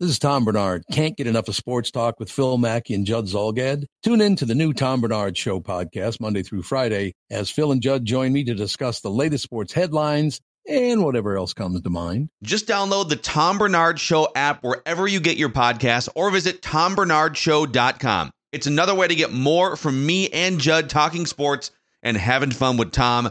This is Tom Bernard. Can't get enough of sports talk with Phil Mackey and Judd Zolgad? Tune in to the new Tom Bernard Show podcast Monday through Friday as Phil and Judd join me to discuss the latest sports headlines and whatever else comes to mind. Just download the Tom Bernard Show app wherever you get your podcasts or visit tombernardshow.com. It's another way to get more from me and Judd talking sports and having fun with Tom,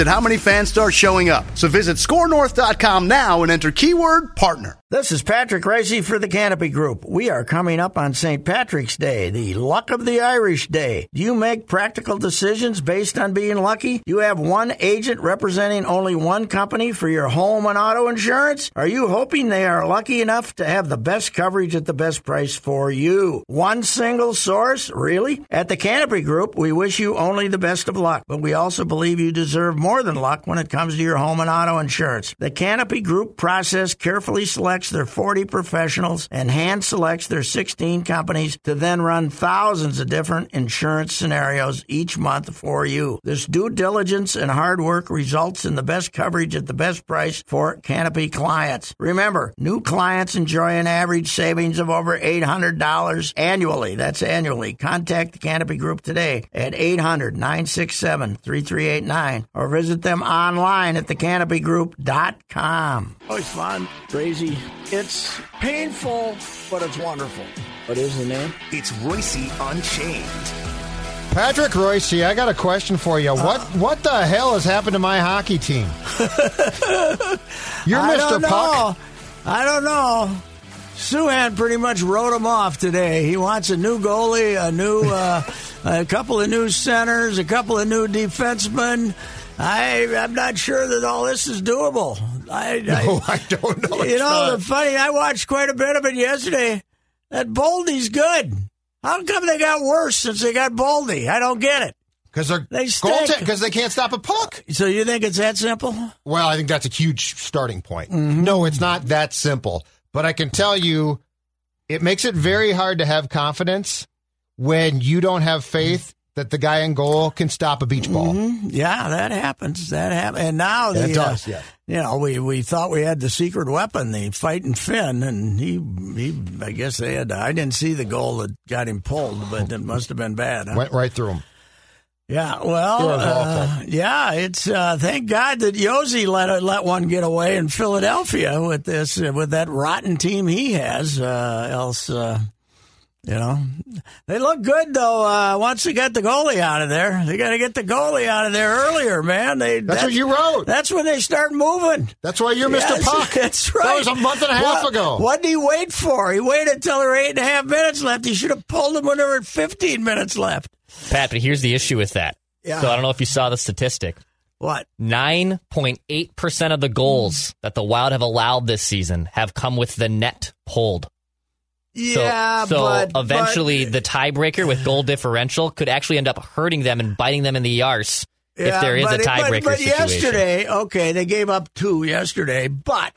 at how many fans start showing up. So visit scorenorth.com now and enter keyword partner. This is Patrick Racy for the Canopy Group. We are coming up on St. Patrick's Day, the luck of the Irish day. Do you make practical decisions based on being lucky? You have one agent representing only one company for your home and auto insurance? Are you hoping they are lucky enough to have the best coverage at the best price for you? One single source? Really? At the Canopy Group, we wish you only the best of luck, but we also believe you deserve more than luck when it comes to your home and auto insurance. The Canopy Group process carefully selects their 40 professionals and hand selects their 16 companies to then run thousands of different insurance scenarios each month for you. This due diligence and hard work results in the best coverage at the best price for Canopy clients. Remember, new clients enjoy an average savings of over $800 annually. That's annually. Contact the Canopy Group today at 800 967 3389 or visit them online at thecanopygroup.com. Oh, it's fun. Crazy. It's painful, but it's wonderful. What is the name? It's Royce Unchained. Patrick Royce, I got a question for you. What Uh-huh. what the hell has happened to my hockey team? You're I Mr. don't Puck. Know. I don't know. Suhan pretty much wrote him off today. He wants a new goalie, a new, uh, a couple of new centers, a couple of new defensemen. I I'm not sure that all this is doable. I, Oh, I don't know. I you It's know not- the funny. I watched quite a bit of it yesterday. That Boldy's good. How come they got worse since they got Boldy? I don't get it. Because they're They stink. goaltend- 'cause they can't stop a puck. So you think it's that simple? Well, I think that's a huge starting point. Mm-hmm. No, it's not that simple. But I can tell you, it makes it very hard to have confidence when you don't have faith that the guy in goal can stop a beach ball. Mm-hmm. Yeah, that happens. That happens. And now the, That does, uh, yeah. You know, we, we thought we had the secret weapon, the fighting Finn, and he he. I guess they had. To, I didn't see the goal that got him pulled, but it must have been bad. huh? Went right through him. Yeah. Well. It was uh, awful. yeah. It's uh, thank God that Yosi let it- let one get away in Philadelphia with this uh, with that rotten team he has. Uh, else. Uh, you know, they look good though. Uh, once they got the goalie out of there, they got to get the goalie out of there earlier, man. They That's what you wrote. that's when they start moving. That's why you're Mr. Yes, Puck. That's right. That was a month and a half What- ago. What did he wait for? He waited till there were eight and a half minutes left. He should have pulled him when there were 15 minutes left. Pat, but here's the issue with that. Yeah. So I don't know if you saw the statistic. What? 9.8% of the Mm. goals that the Wild have allowed this season have come with the net pulled. So, Yeah, so but but- eventually the tiebreaker with goal differential could actually end up hurting them and biting them in the arse Yeah, if there is but a it- but- tiebreaker But, situation. yesterday, okay, they gave up two yesterday, but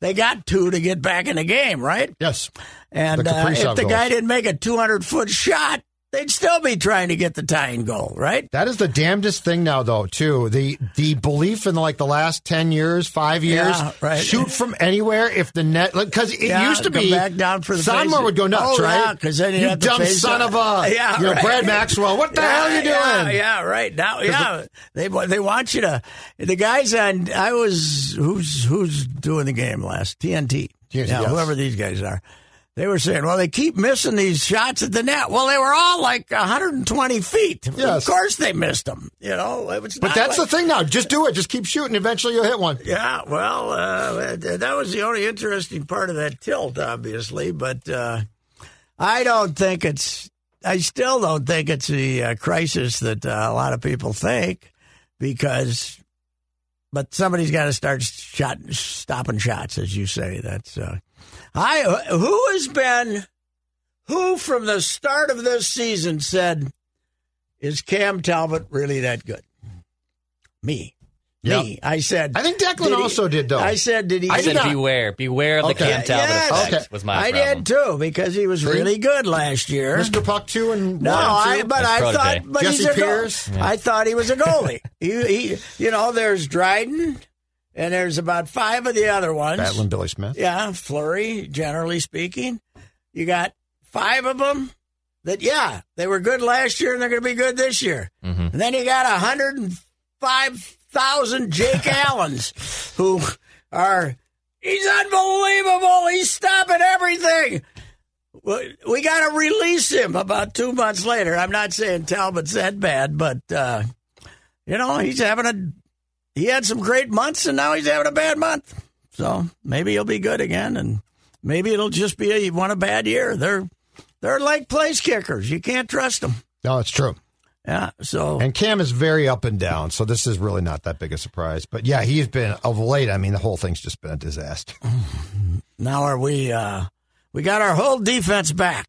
they got two to get back in the game, right? Yes. And The uh, if Kaprizov the guy goals. didn't make a 200 foot shot, they'd still be trying to get the tying goal, right? That is the damnedest thing now, though. Too the the belief in like the last ten years, five years, Yeah, right. shoot from anywhere if the net because it Yeah, used to go be back down for the Sommer face- would go nuts, Oh, right? yeah, 'cause then you'd you have to dumb face son up. of a Yeah, you know, right. Brad Maxwell. What the hell are you doing? Yeah, yeah, right now, yeah. They they want you to. The guys on I was who's who's doing the game last TNT. Yes, yeah, yes. whoever these guys are. They were saying, well, they keep missing these shots at the net. Well, they were all like 120 feet. Of Yes. course, they missed them. You know, it was But not that's the like- thing now. Just do it. Just keep shooting. Eventually, you'll hit one. Yeah, well, uh, th- that was the only interesting part of that tilt, obviously. But uh, I don't think it's. I still don't think it's the uh, crisis that uh, a lot of people think, because. But somebody's got to start shot, stopping shots, as you say. That's uh, I who has been who from the start of this season said is Cam Talbot really that good? Me. Me. Yep. I said I think Declan he- also did, though. I said did he I did said not- beware, beware of the Okay. Cam Talbot Yes. effect Okay. was my I problem. did too because he was really good last year. Mr. Puck two and No, one and I, two? but His I protege. thought, but Jesse he's a Pierce? goal. I thought he was a goalie. he, he, you know, there's Dryden, and there's about five of the other ones. Battling Billy Smith. Yeah, Flurry, generally speaking, you got five of them. That yeah, they were good last year, and they're going to be good this year. And then you got hundred and five thousand Jake Allens, who are he's unbelievable. He's stopping everything. We- We got to release him about two months later. I'm not saying Talbot's that bad, but uh, you know he's having a he had some great months, and now he's having a bad month. So maybe he'll be good again, and maybe it'll just be a, you want a bad year. They're they're like place kickers. You can't trust them. No, it's true. Yeah. So And Cam is very up and down, so this is really not that big a surprise. But yeah, he's been of late. I mean, the whole thing's just been a disaster. now are we? uh We got our whole defense back.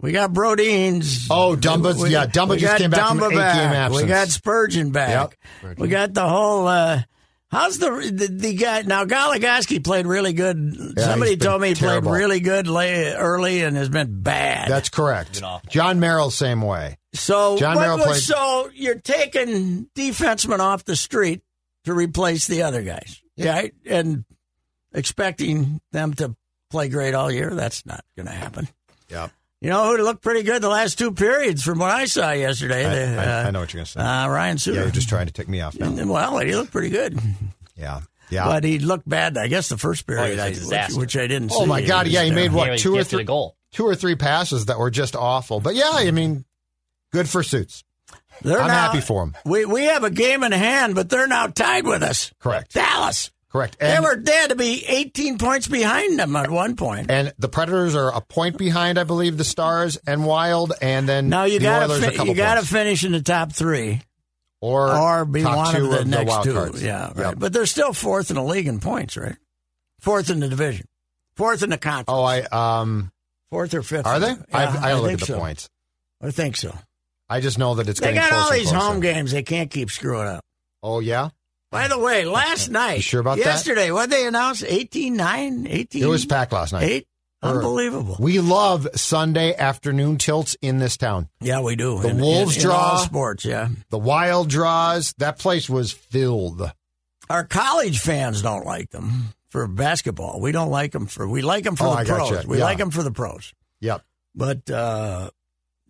We got Brodeens. Oh, Dumba's- We- yeah, Dumba we just got came back from an Dumba eight-game back. We absence. got Spurgeon back. We got the whole. uh How's the, the the guy now? Goligoski played really good. Yeah, Somebody he's been told me he terrible. played really good late, early and has been bad. That's correct. John Merrill, same way. So, John what Merrill was- played- so you're taking defensemen off the street to replace the other guys, right? And expecting them to play great all year, that's not going to happen. Yeah, You know who looked pretty good the last two periods from what I saw yesterday? I, The, I- uh, I know what you're gonna say. uh, Ryan yeah, Suter. you're just trying to tick me off now. well, he looked pretty good, Yeah, yeah. but he looked bad. I guess the first period, was Oh, a I, which, disaster. which I didn't. Oh, see. my God, It yeah, was he made terrible. What, He two or gifted three- a goal. Two or three passes that were just awful. But yeah, I mean, good for suits. They're I'm now- happy for him. We we have a game in hand, but they're now tied with us. Correct. Dallas. Correct. They And, were dead to be 18 points behind them at one point. and the Predators are a point behind, I believe, the Stars and Wild, and then Now you the got Oilers are a to couple you got to points. finish in the top three or or be top one two of the next wild two. cards. Yeah, right. Yep. But they're still fourth in the league in points, right? Fourth in the division, fourth in the conference, Oh, I um, fourth or fifth. are in they? the- I, Yeah, I, look think at the so. points. I think so. I just know that it's They getting got all closer and these closer. home games. They can't keep screwing up. Oh yeah, By the way, last night, sure about that? yesterday, what they announced? 18, 9, 18, it was packed last night. 8? Or- Unbelievable. We love Sunday afternoon tilts in this town. Yeah, we do. The In- Wolves in, in all draw. sports. Yeah, The wild draws. That place was filled. our college fans don't like them for basketball. We don't like them for we like them for Oh, the I pros. gotcha. We Yeah. like them for the pros. Yep. But uh,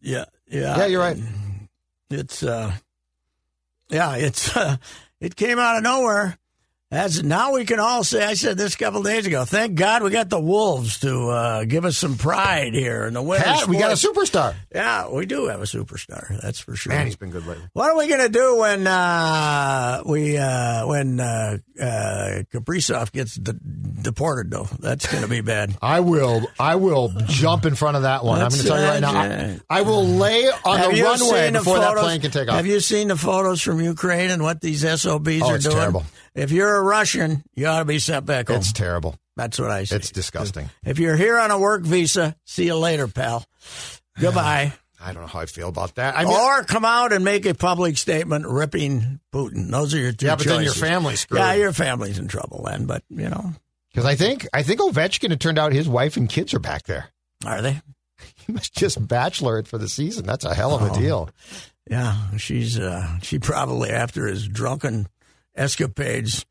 yeah, yeah, Yeah, you're right. It's uh, yeah, it's uh, it came out of nowhere. As now we can all say, I said this a couple days ago. Thank God we got the Wolves to uh, give us some pride here in the winter. Pat, we got a sports. superstar. yeah, we do have a superstar. That's for sure. Man, he's been good lately. What are we going to do when uh, we uh, when uh, uh, Kaprizov gets de- deported? Though that's going to be bad. I will. I will jump in front of that one. That's I'm going to tell you right right. now. I, I will lay on Have the you runway seen the before that photos- plane can take off. Have you seen the photos from Ukraine and what these SOBs Oh, are it's doing? terrible. If you're a Russian, you ought to be sent back home. it's terrible. that's what I say. It's disgusting. if you're here on a work visa, see you later, pal. Goodbye. I don't know how I feel about that. I mean, or come out and make a public statement ripping Putin. Those are your two yeah, but then your choices. family's screwed. Yeah, your family's in trouble then, but you know, Because I think I think Ovechkin. It turned out his wife and kids are back there. are they? He was just bachelor it for the season. That's a hell of a Oh. deal. Yeah, she's uh, she probably after his drunken escapades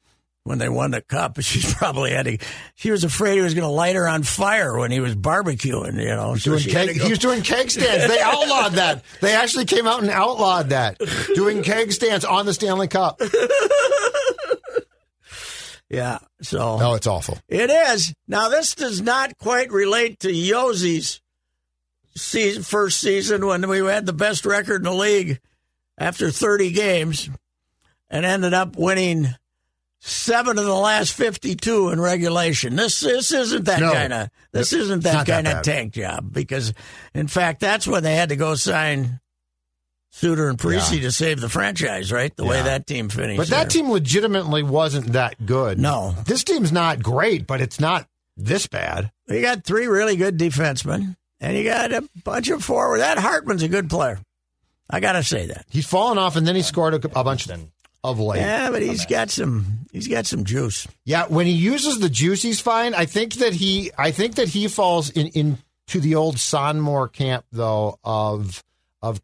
when they won the cup, she's probably had to. She was afraid he was going to light her on fire when he was barbecuing. You know, so Doing she had keg, to go- he was doing keg stands. They outlawed that. They actually came out and outlawed that. Doing keg stands on the Stanley Cup. yeah, so Oh, it's awful. it is now. This does not quite relate to Yozi's season, first season when we had the best record in the league after 30 games and ended up winning. Seven of the last fifty-two in regulation. This this isn't that No. kind of this No, isn't it's that not that kind of bad. tank job because, in fact, that's when they had to go sign Suter and Parisi to save the franchise. Right, the way Yeah. that team finished. But that there. team legitimately wasn't that good. No. This team's not great, but it's not this bad. You got three really good defensemen, and you got a bunch of forward. That Hartman's a good player. I gotta say that. He's fallen off, and then he scored a, a bunch of late. Yeah, but he's got some. He's got some juice. Yeah, when he uses the juice, he's fine. I think that he, I think that he falls in into the old Sonmore camp though of of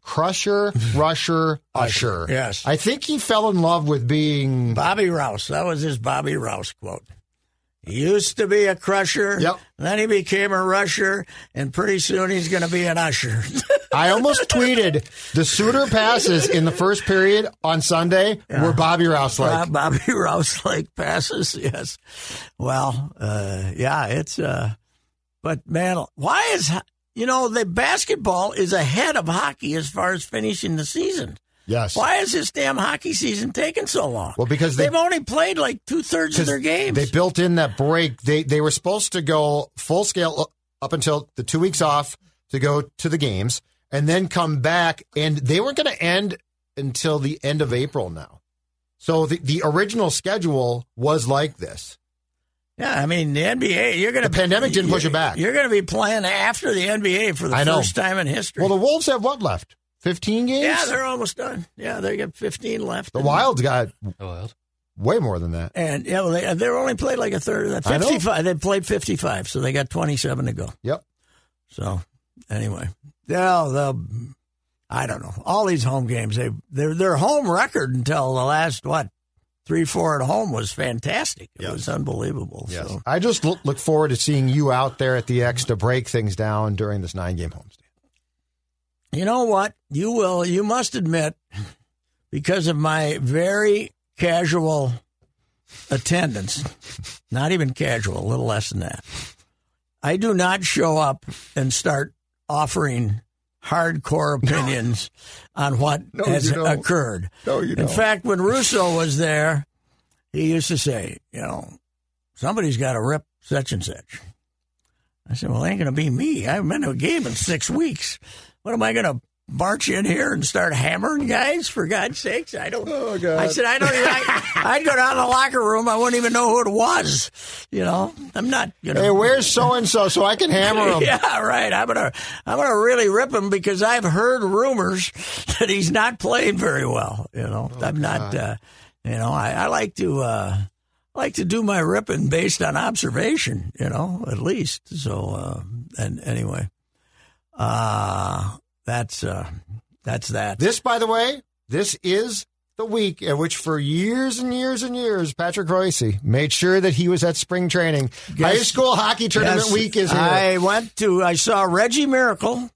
crusher, rusher, usher. Yes. I think he fell in love with being. Bobby Rouse. That was his Bobby Rouse quote. He used to be a crusher. Yep. Then he became a rusher, and pretty soon he's going to be an usher. I almost tweeted the Suter passes in the first period on Sunday were Bobby Rouse like. Bob- Bobby Rouse like passes. Yes. Well, uh, yeah, it's. Uh, but man, why is ho- you know the basketball is ahead of hockey as far as finishing the season? yes. Why is this damn hockey season taking so long? Well, because they- have only played like two thirds of their games. They built in that break. They they were supposed to go full scale up until the two weeks off to go to the games and then come back. And they weren't going to end until the end of April now. So the, the original schedule was like this. Yeah, I mean the NBA. You're going to The pandemic didn't push it back. You're going to be playing after the NBA for the I know. first time in history. Well, the Wolves have what left? 15 games? yeah, they're almost done. Yeah, they got 15 left. the And- Wild's got Wild. way more than that. and yeah, well, they they're only played like a third of that. I know. 55. They played 55, so they got 27 to go. Yep. So anyway, they'll they'll. I don't know. All these home games, they their their home record until the last what three four at home was fantastic. It was unbelievable. So. I just look, look forward to seeing you out there at the X to break things down during this nine game homestand. You know what? You will. You must admit, because of my very casual attendance, not even casual, a little less than that, I do not show up and start offering hardcore opinions on what has you don't. occurred. No, you In fact, when Russo was there, he used to say, you know, somebody's got to rip such and such. I said, well, it ain't going to be me. I haven't been to a game in six weeks. What am I going to march in here and start hammering guys? For God's sakes, I don't. Oh, God. I said, I don't. Even, I, I'd go down to the locker room. I wouldn't even know who it was. You know, I'm not. You know, Hey, where's so and so so I can hammer him? yeah, right. I'm gonna I'm gonna really rip him because I've heard rumors that he's not playing very well. You know, Oh, I'm not. Uh, you know, I, I like to uh, like to do my ripping based on observation. You know, at least. So, uh, and anyway, uh, that's uh, that's that. This, by the way, this is the week at which, for years and years and years, Patrick Royce made sure that he was at spring training. High school hockey tournament Yes, week is here. I went to. I saw Reggie Miracle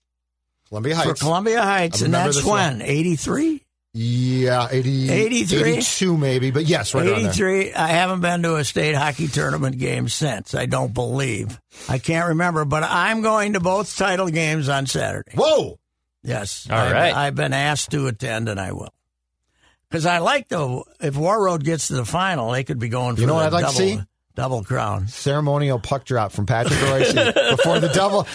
Columbia for Heights. Columbia Heights, I and remember that's this one. when eighty three. yeah, 80, 83? 82 maybe, but yes, right around there. 83. I haven't been to a state hockey tournament game since. I don't believe. I can't remember, but I'm going to both title games on Saturday. Whoa! Yes. All I've, right. I've been asked to attend, and I will. Because I like the if Warroad gets to the final, they could be going for know what the I'd like to double, see? double crown. Ceremonial puck drop from Patrick Royce before the double.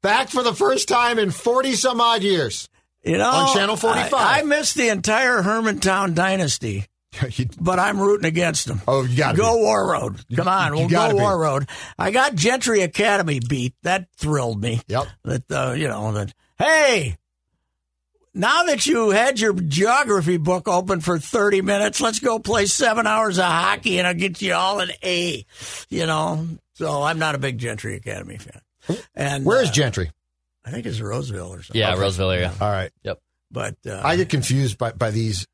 Back for the first time in 40 some odd years. You know, On Channel 45. I, I missed the entire Hermantown dynasty, You- but I'm rooting against them. oh, you got to Go War Road. Come on, you we'll gotta go be. War Road. I got Gentry Academy beat. That thrilled me. Yep. That uh, you know that. Hey, now that you had your geography book open for thirty minutes, let's go play seven hours of hockey, and I'll get you all an A. You know. So I'm not a big Gentry Academy fan. And Where is uh, Gentry? I think it's Roseville or something. Yeah, Roseville area. All right. But uh, I get confused by, by these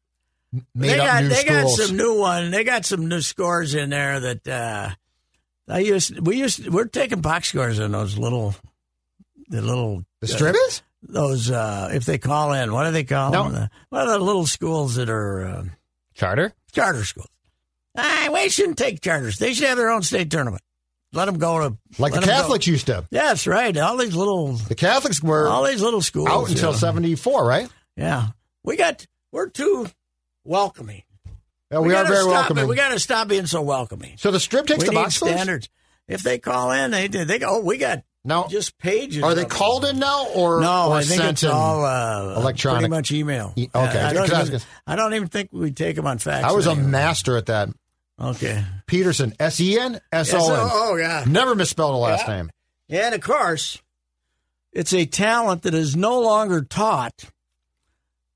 made they up got new they schools. got some new one. They got some new scores in there that uh, I used. We used we're taking box scores on those little, the little the uh, strippers? those uh, if they call in, what do they call No. them? What are the little schools that are uh, Charter? charter schools? Ah, we shouldn't take charters. They should have their own state tournament. Let them go to let Like the 'em go. Catholics used to. Yes, right. All these little, The Catholics were all these little schools out until you know. 74, right? Yeah, we got we're too welcoming. Yeah, we, are gotta very stop it. welcoming. We got to stop being so welcoming. so the strip takes we the need box scores? standards. If they call in, they do. They go. Oh, we got Now, just pages. are they of them." called in now or, No, or I think sent it's in? all uh, electronic? Pretty much email. E- okay. I don't, Because I was even, gonna- I don't even think we take them on fax. I was a anymore. master at that. Okay. Peterson, S E N S O Yes, N. oh, yeah. Never misspelled a last name. And of course, it's a talent that is no longer taught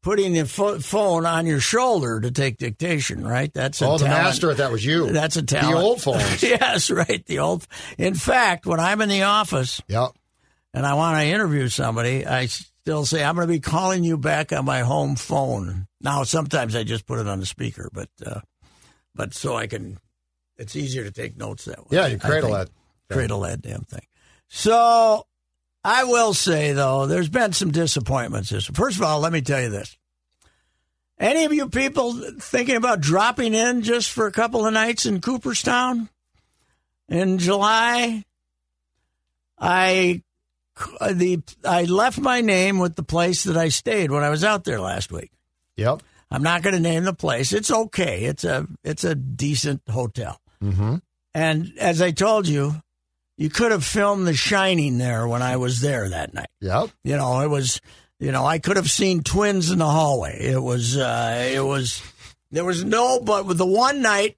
putting the pho- phone on your shoulder to take dictation, right? That's a Oh, the talent. master at that was you. That's a The talent. old phones. yes, right. The old. In fact, when I'm in the office yep. and I want to interview somebody, I still say, I'm going to be calling you back on my home phone. Now, sometimes I just put it on the speaker, but, uh, but so I can, it's easier to take notes that way. Yeah, you I cradle think that. cradle that damn thing. So I will say though, there's been some disappointments. This first of all, let me tell you this: any of you people thinking about dropping in just for a couple of nights in Cooperstown in July? I the I left my name with the place that I stayed when I was out there last week. Yep. I'm not going to name the place. It's okay. It's a it's a decent hotel. Mm-hmm. And as I told you, you could have filmed The Shining there when I was there that night. Yep. You know, it was, you know, I could have seen twins in the hallway. It was, uh, it was, there was no, but with the one night,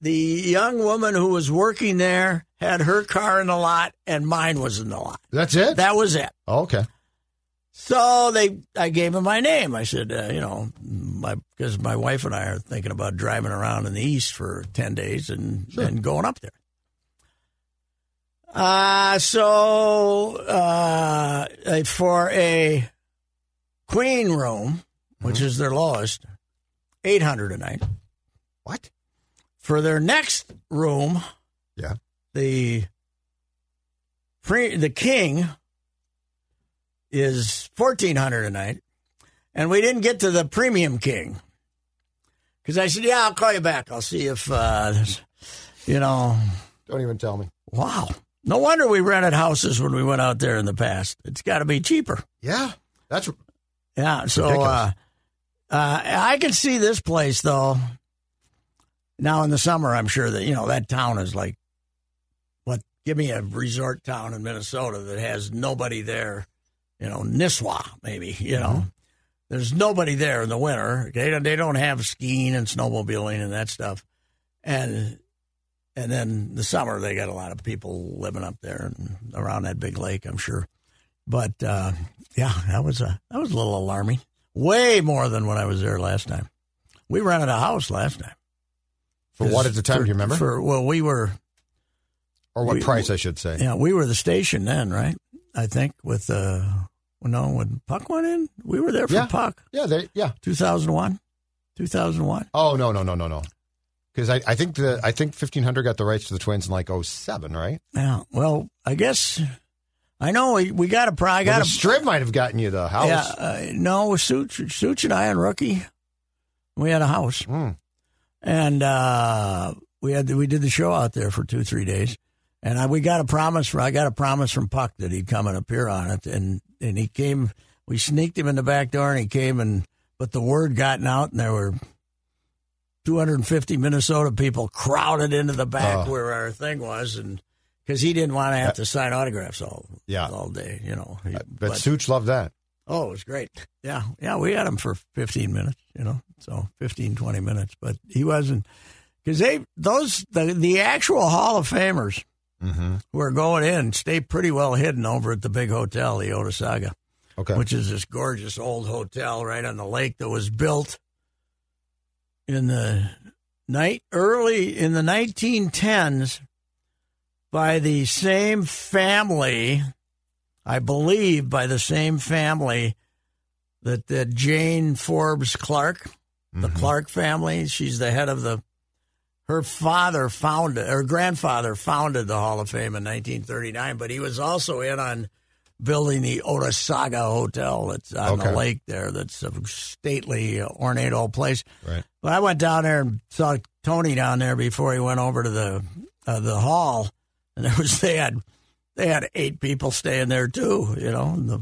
the young woman who was working there had her car in the lot and mine was in the lot. That's it. That was it. okay. So they, I gave him my name. I said, uh, you know, my because my wife and I are thinking about driving around in the east for ten days and and going up there. Uh so uh, uh, for a queen room, which is their lowest, eight hundred a night. What? For their next room, Yeah. the pre, the king is fourteen hundred a night, and we didn't get to the premium king because I said, "Yeah, I'll call you back. I'll see if uh, there's- you know." Don't even tell me. Wow, no wonder we rented houses when we went out there in the past. It's got to be cheaper. Yeah. That's Yeah, so uh, ridiculous. uh, I can see this place though. Now in the summer, I'm sure that you know that town is like, what? Give me a resort town in Minnesota that has nobody there. You know, Nisswa maybe. You know, there's nobody there in the winter. They don't, they don't have skiing and snowmobiling and that stuff, and and then the summer they got a lot of people living up there and around that big lake. I'm sure. But uh, yeah, that was a that was a little alarming. Way more than when I was there last time. We rented a house last time. for what at the time? do you remember? For well, we were or what we- price? I should say. yeah, we were the station then, right? I think with uh, no, when Puck went in, we were there for Yeah. Puck, Yeah. They, yeah. two thousand one, two thousand one. Oh no no no no no. Because I, I think the I think fifteen hundred got the rights to the twins in like 07, right? Yeah. Well, I guess I know we, we got a pro. I Well, got the a strip might have gotten you the house. Yeah, uh, no, Such, Such and I and Rookie, we had a house, Mm. and uh, we had we did the show out there for two three days, and I, we got a promise from I got a promise from Puck that he'd come and appear on it, and and he came. We sneaked him in the back door, and he came, and but the word gotten out, and there were. 250 Minnesota people crowded into the back Oh. where our thing was, and because he didn't want to have to sign autographs all Yeah. all day, you know. He- But, Such loved that. Oh, it was great. Yeah. Yeah. We had him for 15 minutes, you know, so 15, 20 minutes, but he wasn't because they, those, the, the actual Hall of Famers Mm-hmm. who are going in stay pretty well hidden over at the big hotel, the Otisaga, Okay. which is this gorgeous old hotel right on the lake that was built in the night, early in the 1910s by the same family, I believe, by the same family that, that Jane Forbes Clark, Mm-hmm. the Clark family, she's the head of the. Her father founded, her grandfather founded the Hall of Fame in 1939, but he was also in on building the Otisaga Hotel that's on Okay. the lake there. That's a stately, ornate old place. right. But I went down there and saw Tony down there before he went over to the uh, the hall, and there was they had they had eight people staying there too. You know, And the,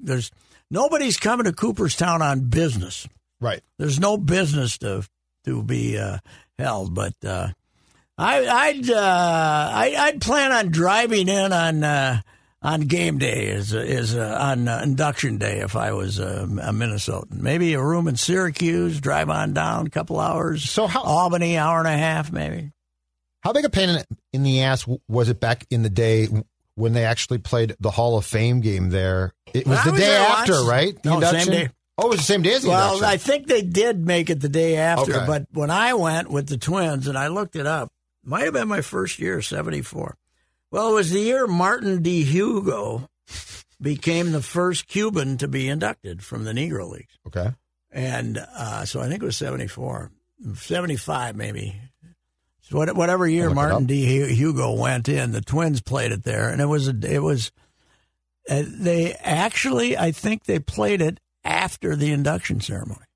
there's nobody's coming to Cooperstown on business. Right. There's no business to to be uh, held, but uh, I, I'd uh, I, I'd plan on driving in on uh, on game day is is uh, on uh, induction day if I was uh, a Minnesotan. Maybe a room in Syracuse, drive on down, couple hours. So how- Albany, hour and a half, maybe. How big a pain in- in the ass w- was it back in the day when they actually played the Hall of Fame game there? It was I the was day there after, once. right? The No, same day. Oh, it was the same day as the Well, I induction. think they did make it the day after, Okay. but when I went with the twins and I looked it up, might have been my first year, 74. Well, it was the year Martin D. Hugo became the first Cuban to be inducted from the Negro Leagues. okay. And uh, so I think it was 74, 75 maybe. So what, whatever year I'll look it Martin up. D. Hu- Hugo went in, the Twins played it there, and it was a, it was uh, they actually I think they played it after the induction ceremony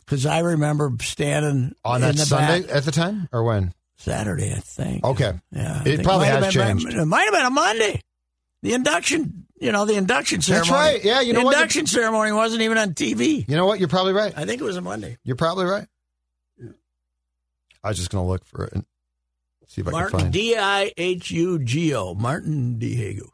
because I remember standing On in that the Sunday back at the time or when? Saturday I think Okay. yeah I It think probably might has have been- changed. it might have been a Monday the induction you know the induction ceremony That's right. Yeah, you know the what? induction ceremony wasn't even on TV You know what? You're probably right. I think it was a Monday. You're probably right. I was just going to look for it and see if I can Martin find D I H U G O. Martin Diego.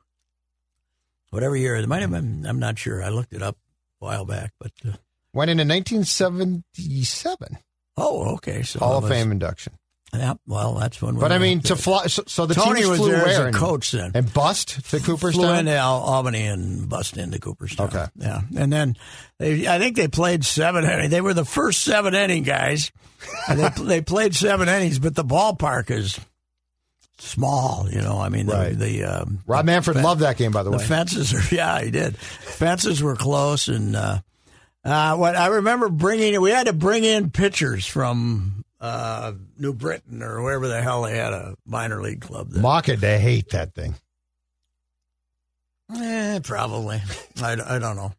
Whatever year it might have been, I'm not sure. I looked it up a while back, but uh, Went into 1977 oh, okay. So Hall that of was- Fame induction. Yeah, well, that's when. we But I went mean, to- to fly. So, so the Tony teams was flew there as where a and- coach then. and bust to flew Cooperstown. into Al- Albany and bust into Cooperstown. Okay. yeah, and then they, I think they played seven. inning- They were the first seven inning guys. And they, they played seven innings, but the ballpark is small. You know, I mean, the, Right. the um, Rob Manfred loved that game, by the, The way. fences are, yeah, he did. Fences were close, and uh, uh, what I remember bringing, we had to bring in pitchers from uh, New Britain or wherever the hell they had a minor league club. There. Mock it. They hate that thing. Eh, probably. I, I don't know.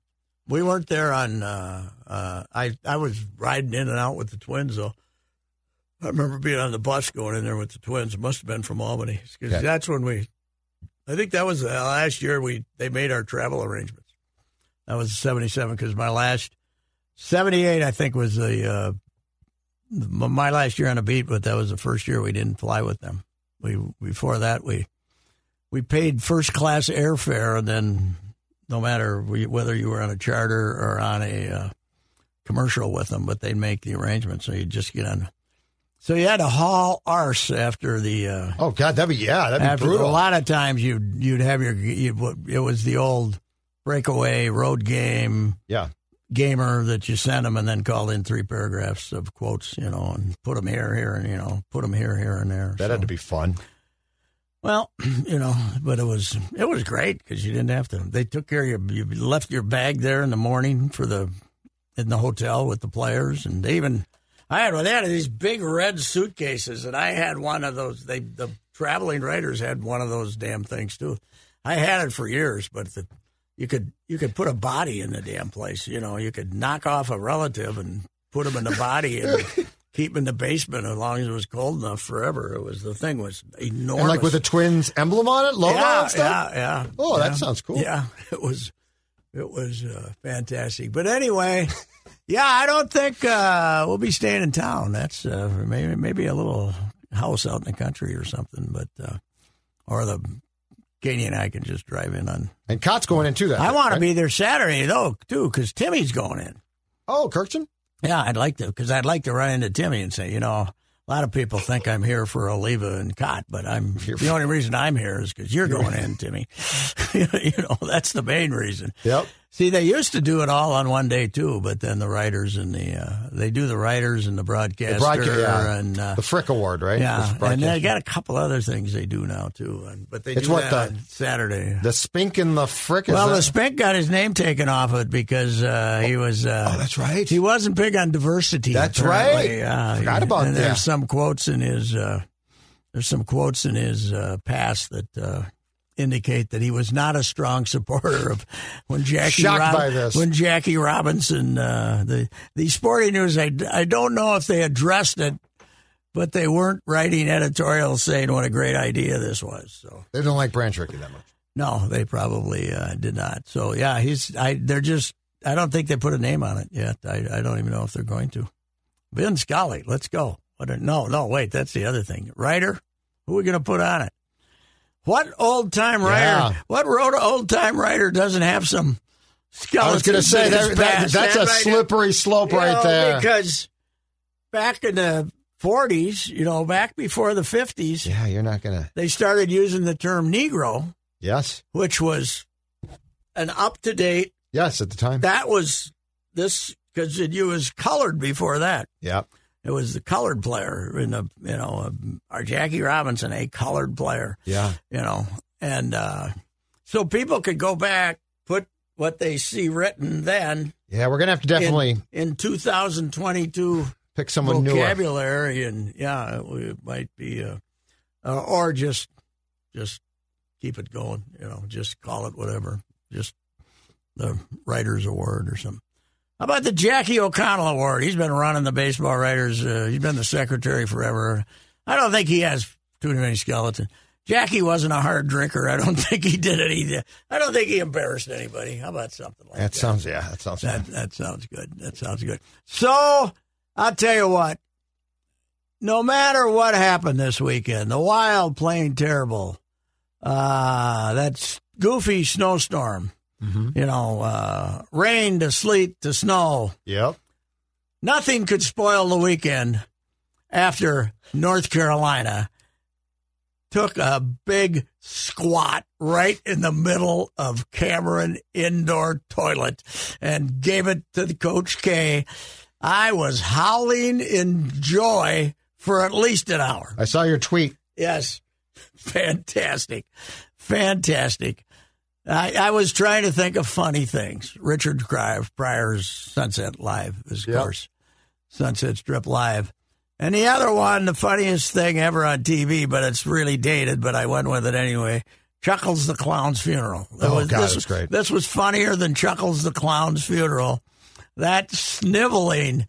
We weren't there on. Uh, uh, I I was riding in and out with the twins though. I remember being on the bus going in there with the twins. It must have been from Albany 'Cause Okay. that's when we. I think that was the last year we they made our travel arrangements. That was '77 because my last '78 I think was the uh, m- my last year on a beat, but that was the first year we didn't fly with them. We before that we we paid first class airfare, and then no matter we, whether you were on a charter or on a uh, commercial with them, but they'd make the arrangement. So you just get on. So you had to haul arse after the. Uh, Oh God, that'd be yeah, that'd be after brutal. a lot of times you'd you'd have your you'd, it was the old breakaway road game Yeah, gamer that you sent them and then called in three paragraphs of quotes you know and put them here here and you know put them here here and there that So- had to be fun. well, you know, but it was it was great because you didn't have to. They took care of your. You left your bag there in the morning for the in the hotel with the players, and they even I had they had these big red suitcases, and I had one of those. They the traveling writers had one of those damn things too. I had it for years, but the, you could you could put a body in the damn place. You know, you could knock off a relative and put him in the body and. Keep him in the basement as long as it was cold enough forever. It was the thing was enormous. And like with the twins emblem on it, logo yeah, and stuff. Yeah, yeah. Oh, that yeah. sounds cool. Yeah, it was, it was uh, fantastic. But anyway, yeah, I don't think uh, we'll be staying in town. That's uh, maybe maybe a little house out in the country or something. But uh, or the Katie and I can just drive in on. And Cott's going in too. That I night, want to right? be there Saturday though too because Timmy's going in. Oh, Kirkton. Yeah, I'd like to because I'd like to run into Timmy and say, you know, a lot of people think I'm here for Oliva and Cott, but I'm the only reason I'm here is because you're going in, Timmy. you know, that's the main reason. Yep. See, they used to do it all on one day too, but then the writers and the uh, they do the writers and the broadcaster broadca- yeah. and uh, The Frick Award, right? yeah, This and they broadcast. got a couple other things they do now too. And, but they It's do what that the- on Saturday. the Spink and the Frick. Is well, that- the Spink got his name taken off it because uh, he was. Uh, Oh, that's right. he wasn't big on diversity. That's apparently. right. Uh, Forgot about and that. There's some quotes in his. Uh, there's some quotes in his uh, past that uh, indicate that he was not a strong supporter of when Jackie Shocked Rob- by this. when Jackie Robinson uh, the the Sporting News. I I don't know if they addressed it. But they weren't writing editorials saying what a great idea this was. So They don't like Branch Rickey that much. no, they probably uh, did not. So yeah, he's. I. They're just. I don't think they put a name on it yet. I. I don't even know if they're going to. Ben Scully, let's go. What a, no, no, wait. That's the other thing. Writer, who are we going to put on it? What old time writer? Yeah. What road old time writer doesn't have some skeletons? I was going to say in his that, that- past? that's That a right- oh, slippery slope you know, right there. Because back in the forties, you know, back before the fifties, yeah, you're not going to. they started using the term Negro, Yes. which was an up to date. Yes, at the time. That was this because it was colored before that. yep. It was the colored player in the you know, our Jackie Robinson, a colored player. Yeah. you know and uh, so people could go back put what they see written then Yeah, we're going to have to in- definitely in, 2022 pick someone newer. vocabulary and yeah it, w- it might be uh, uh, or just just keep it going you know just call it whatever just the writer's award or something how about the Jackie O'Connell Award? He's been running the baseball writers. Uh, he's been the secretary forever. I don't think he has too many skeletons. Jackie wasn't a hard drinker. I don't think he did it either. I don't think he embarrassed anybody. How about something like That that? sounds, yeah, that sounds. That that sounds good. That sounds good. So I'll tell you what. No matter what happened this weekend, the wild playing terrible. Uh that s- goofy snowstorm. You know, uh, rain to sleet to snow. Yep. Nothing could spoil the weekend after North Carolina took a big squat right in the middle of Cameron indoor toilet and gave it to the coach K. I was howling in joy for at least an hour. I saw your tweet. Yes. Fantastic. Fantastic. I, I was trying to think of funny things. Richard Cry- Pryor's Sunset Live, of Yep. course, Sunset Strip Live. And the other one, the funniest thing ever on TV, but it's really dated, but I went with it anyway. Chuckles the Clown's funeral. That Oh, God, this it was great. This was funnier than Chuckles the Clown's funeral. That sniveling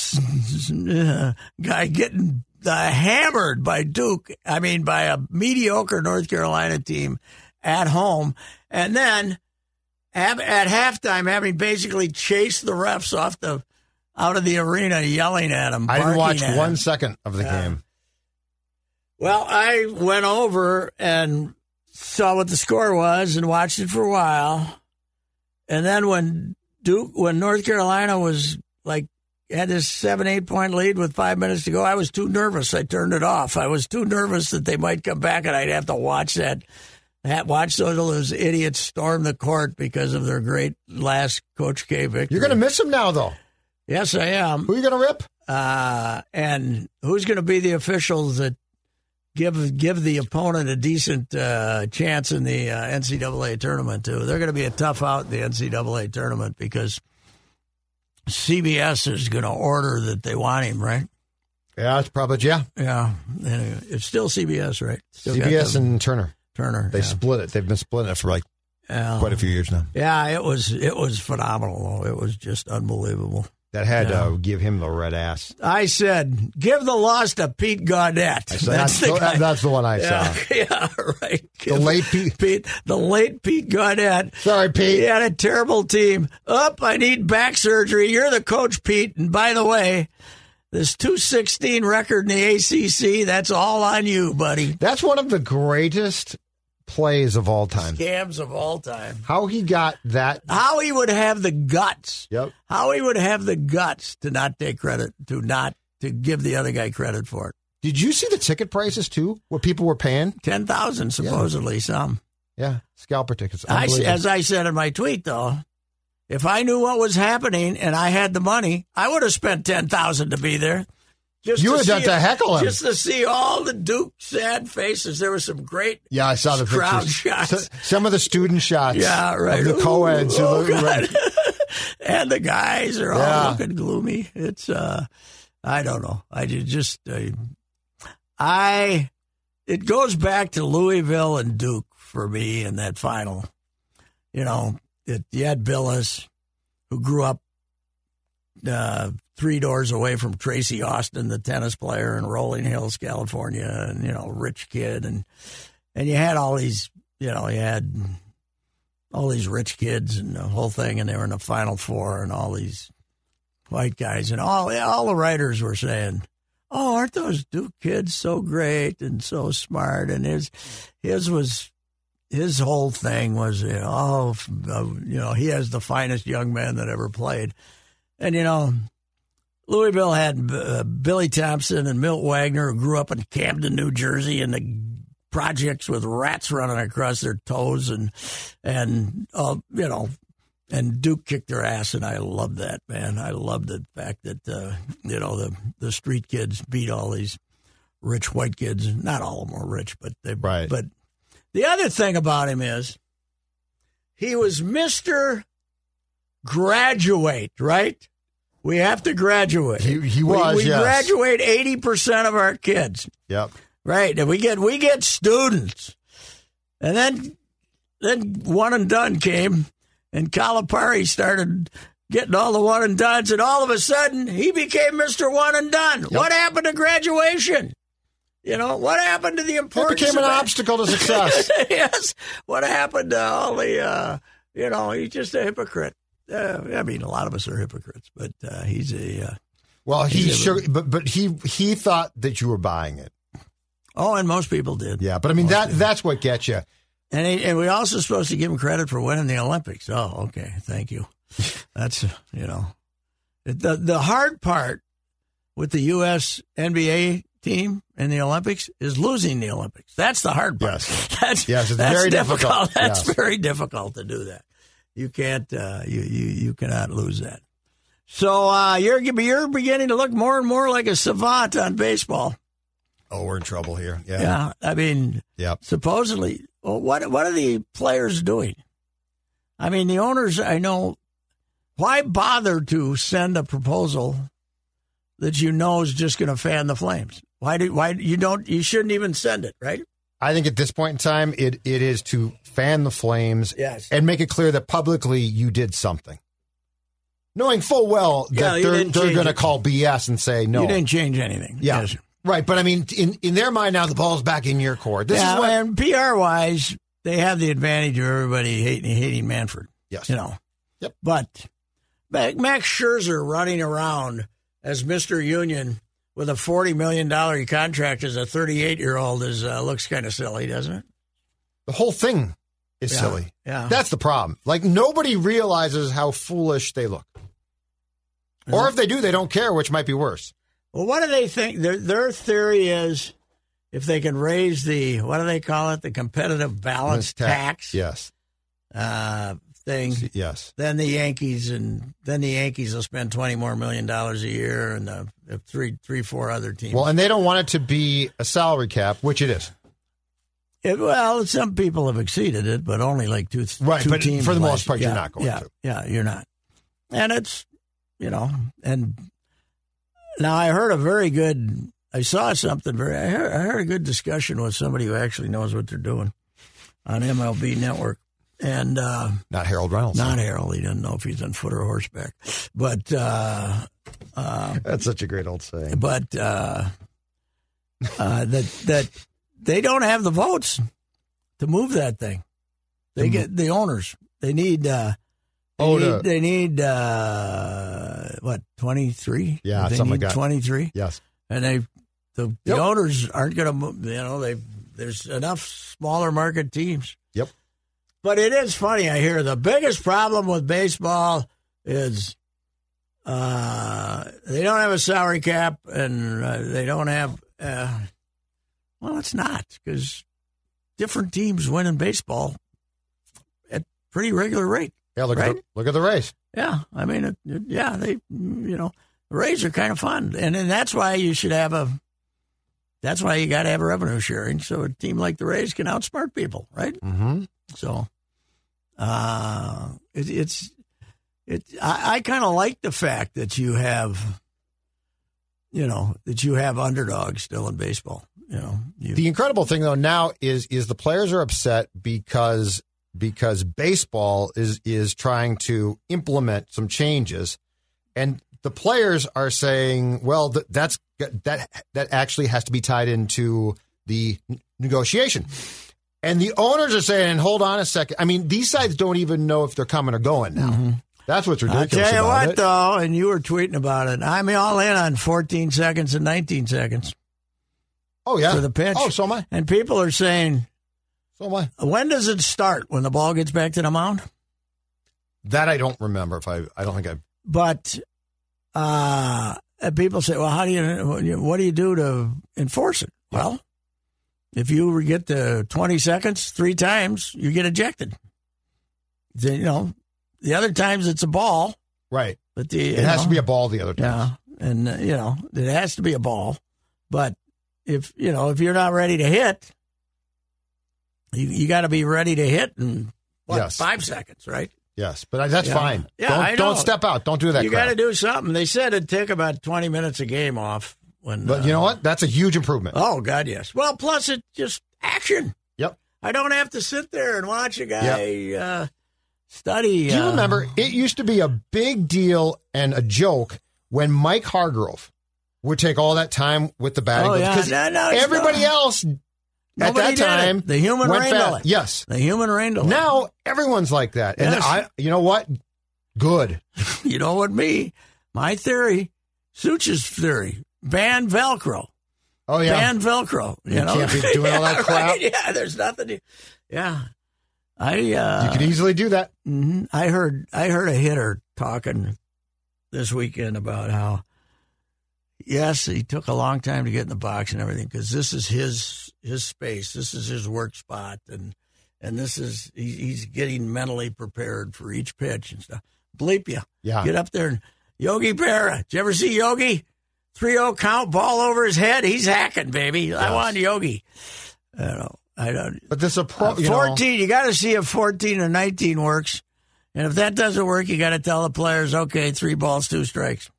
guy getting uh, hammered by Duke. I mean, by a mediocre North Carolina team at home, and then have, at halftime having basically chased the refs off the out of the arena, yelling at him. I didn't watch barking at one him. second of the game. Well, I went over and saw what the score was and watched it for a while. And then when Duke, when North Carolina was like, had this seven, eight point lead with five minutes to go, I was too nervous. I turned it off. I was too nervous that they might come back and I'd have to watch that, that watch those, those idiots storm the court because of their great last Coach K victory. You're going to miss him now, though. Yes, I am. Who are you going to rip? Uh, and who's going to be the officials that give give the opponent a decent uh, chance in the uh, NCAA tournament? Too, they're going to be a tough out in the NCAA tournament because CBS is going to order that they want him, right? Yeah, it's probably, yeah. Yeah, anyway, it's still CBS, right? Still got CBS them. and Turner. Turner. They yeah. split it. They've been splitting it for like yeah. quite a few years now. Yeah, it was it was phenomenal. though. It was just unbelievable. That had Yeah. to give him the red ass. I said, give the loss to Pete Gaudette. So that's, the, guy. that's the one I Yeah, saw. yeah, right. The late Pete. Pete, the late Pete Gaudette. Sorry, Pete. He had a terrible team. Up, I need back surgery. You're the coach, Pete. And by the way, this 216 record in the ACC, that's all on you, buddy. That's one of the greatest plays of all time. Scams of all time. How he got that. How he would have the guts. Yep. How he would have the guts to not take credit, to not to give the other guy credit for it. Did you see the ticket prices too? What people were paying? 10,000 supposedly some. Yeah, scalper tickets. I, Unbelievable. as I said in my tweet, though, if I knew what was happening and I had the money, I would have spent ten thousand to be there. Just You to would have see done it- to heckle him. just to see all the Duke sad faces. There were some great. yeah, I saw the crowd pictures. shots. S- Some of the student shots. Yeah, right. Of the co-eds. who Oh, look- God. and the guys are all Yeah. looking gloomy. It's uh, I don't know. I ju- just I, I, it goes back to Louisville and Duke for me in that final. You know, it, you had Billis, who grew up uh, three doors away from Tracy Austin, the tennis player in Rolling Hills, California, and you know, rich kid, and and you had all these, you know, you had all these rich kids and the whole thing, and they were in the Final Four, and all these white guys, and all all the writers were saying, oh, aren't those Duke kids so great and so smart? And his his was his whole thing was, you know, oh, f- uh, you know, he has the finest young man that ever played, and you know. Louisville had uh, Billy Thompson and Milt Wagner, who grew up in Camden, New Jersey, in the projects with rats running across their toes, and and uh, you know and Duke kicked their ass, and I loved that man. I loved the fact that uh, you know the the street kids beat all these rich white kids. Not all of them were rich, but they Right. But the other thing about him is he was Mister Graduate, right? We have to graduate. He- he We- was, We, yes. graduate eighty percent of our kids. Yep. Right. And we get we get students. And then then one and done came and Calipari started getting all the one and dones and all of a sudden he became Mr. One and Done. What happened to graduation? You know, what happened to the That importance became an of that? obstacle to success. yes. What happened to all the, uh, you know, he's just a hypocrite. Uh, I mean, a lot of us are hypocrites, but uh, he's a. Uh, Well, he He's a- sure, but but he he thought that you were buying it. oh, and most people did. Yeah, but I mean that that's what gets you. And he, and we're also supposed to give him credit for winning the Olympics. Oh, okay, thank you. That's you know, the the hard part with the U.S. NBA team in the Olympics is losing the Olympics. That's the hard part. Yes. that's Yes, it's that's very difficult. That's Yes. very difficult to do that. You can't. Uh, you you you cannot lose that. So uh, you're you're beginning to look more and more like a savant on baseball. Oh, we're in trouble here. Yeah. Yeah, I mean, Yep. supposedly. Well, what what are the players doing? I mean, the owners. I know. Why bother to send a proposal that you know is just going to fan the flames? Why do why you don't you shouldn't even send it, right? I think at this point in time, it, it is to fan the flames Yes. and make it clear that publicly you did something. Knowing full well Yeah, that you they're, didn't they're change going to it. call BS and say no. You didn't change anything. Yeah. Yes. Right. But I mean, in, in their mind now, the ball's back in your court. This yeah, is what. and PR wise, they have the advantage of everybody hating hating Manford. Yes. you know. Yep. But Ma- Max Scherzer running around as Mister Union with a forty million dollar contract as a thirty eight year old is uh, looks kind of silly, doesn't it? The whole thing is Yeah. silly. Yeah. That's the problem. Like, nobody realizes how foolish they look. Or if they do, they don't care, which might be worse. Well, what do they think? Their their theory is if they can raise the what do they call it the competitive balance Ta- tax Yes. uh, thing. Yes. then the Yankees and then the Yankees will spend twenty more million dollars a year, and the, the three, three, four other teams. Well, and they don't want it to be a salary cap, which it is. It- well, some people have exceeded it, but only like two, Right, two but teams. for the most last- part, you're yeah, not going yeah, to. Yeah, you're not. And it's you know, and now I heard a very good. I saw something very. I heard, I heard a good discussion with somebody who actually knows what they're doing on MLB Network, and. Uh, Not Harold Reynolds. not Harold. He doesn't know if he's on foot or horseback, but uh, That's such a great old saying. but uh, uh, that that they don't have the votes to move that thing. They get the owners. They need. Uh, they Oh, need, to- they need uh, what twenty three? Yeah, they something need like that. twenty three, Yes. and they the, the Yep. owners aren't going to move. You know, they there's enough smaller market teams. Yep. But it is funny. I hear the biggest problem with baseball is uh, they don't have a salary cap, and uh, they don't have. Uh, well, it's not because different teams win in baseball at pretty regular rate. Yeah, look at Right? the, look at the race. Yeah, I mean, it, it- yeah, they you know the Rays are kind of fun, and and that's why you should have a. That's why you got to have revenue sharing, so a team like the Rays can outsmart people, right? Mm-hmm. So, uh, it, it's it. I, I kind of like the fact that you have, you know, that you have underdogs still in baseball. You know, you, The incredible thing though now is is the players are upset because because baseball is is trying to implement some changes, and the players are saying, well, th- that's that that actually has to be tied into the n- negotiation. Mm-hmm. And the owners are saying, hold on a second. I mean, these sides don't even know if they're coming or going now. That's what's I ridiculous. tell you about what, it. though, and you were tweeting about it. I'm all in on 14 seconds and 19 seconds Oh yeah, for the pitch. Oh, so am I. And people are saying, So am I. when does it start? When the ball gets back to the mound? That I don't remember. If I, I don't think I. But uh, and people say, well, how do you, what do you do to enforce it? Well, if you get the 20 seconds three times, you get ejected. Then, you know, the other times it's a ball, Right. but the It has to be a ball the other time. Yeah, and uh, you know it has to be a ball, but if you know if you're not ready to hit, you you got to be ready to hit in what, Yes. five seconds, right? Yes, but I, that's Yeah. fine. Yeah, don't, I know. don't step out. Don't do that. you crap. got to do something. They said it'd take about twenty minutes a game off. When, But uh, you know what? That's a huge improvement. Oh God, yes. Well, plus it just action. Yep. I don't have to sit there and watch a guy uh, study. Do you uh, remember it used to be a big deal and a joke when Mike Hargrove would take all that time with the batting Oh, gloves? yeah. 'Cause No, no, it's everybody not. else at Nobody that did it. time the human went rain delay. fast. Yes. The human rain delay. Now everyone's like that. And Yes. I you know what? Good. you know what me my theory such's theory ban velcro Oh yeah. ban velcro you, You know can't be doing all that Yeah, crap. right. yeah there's nothing to, yeah i uh you could easily do that. mhm. i heard i heard a hitter talking this weekend about how yes he took a long time to get in the box and everything because this is his his space this is his work spot and and this is he, he's getting mentally prepared for each pitch and stuff bleep you Yeah. Get up there and Yogi Berra. Did you ever see Yogi? 3 0 count, ball over his head. He's hacking, baby. I want Yogi. I don't know. I don't. But this Uh, approach 14, you got to see if 14 or 19 works. And if that doesn't work, you got to tell the players, okay, three balls, two strikes.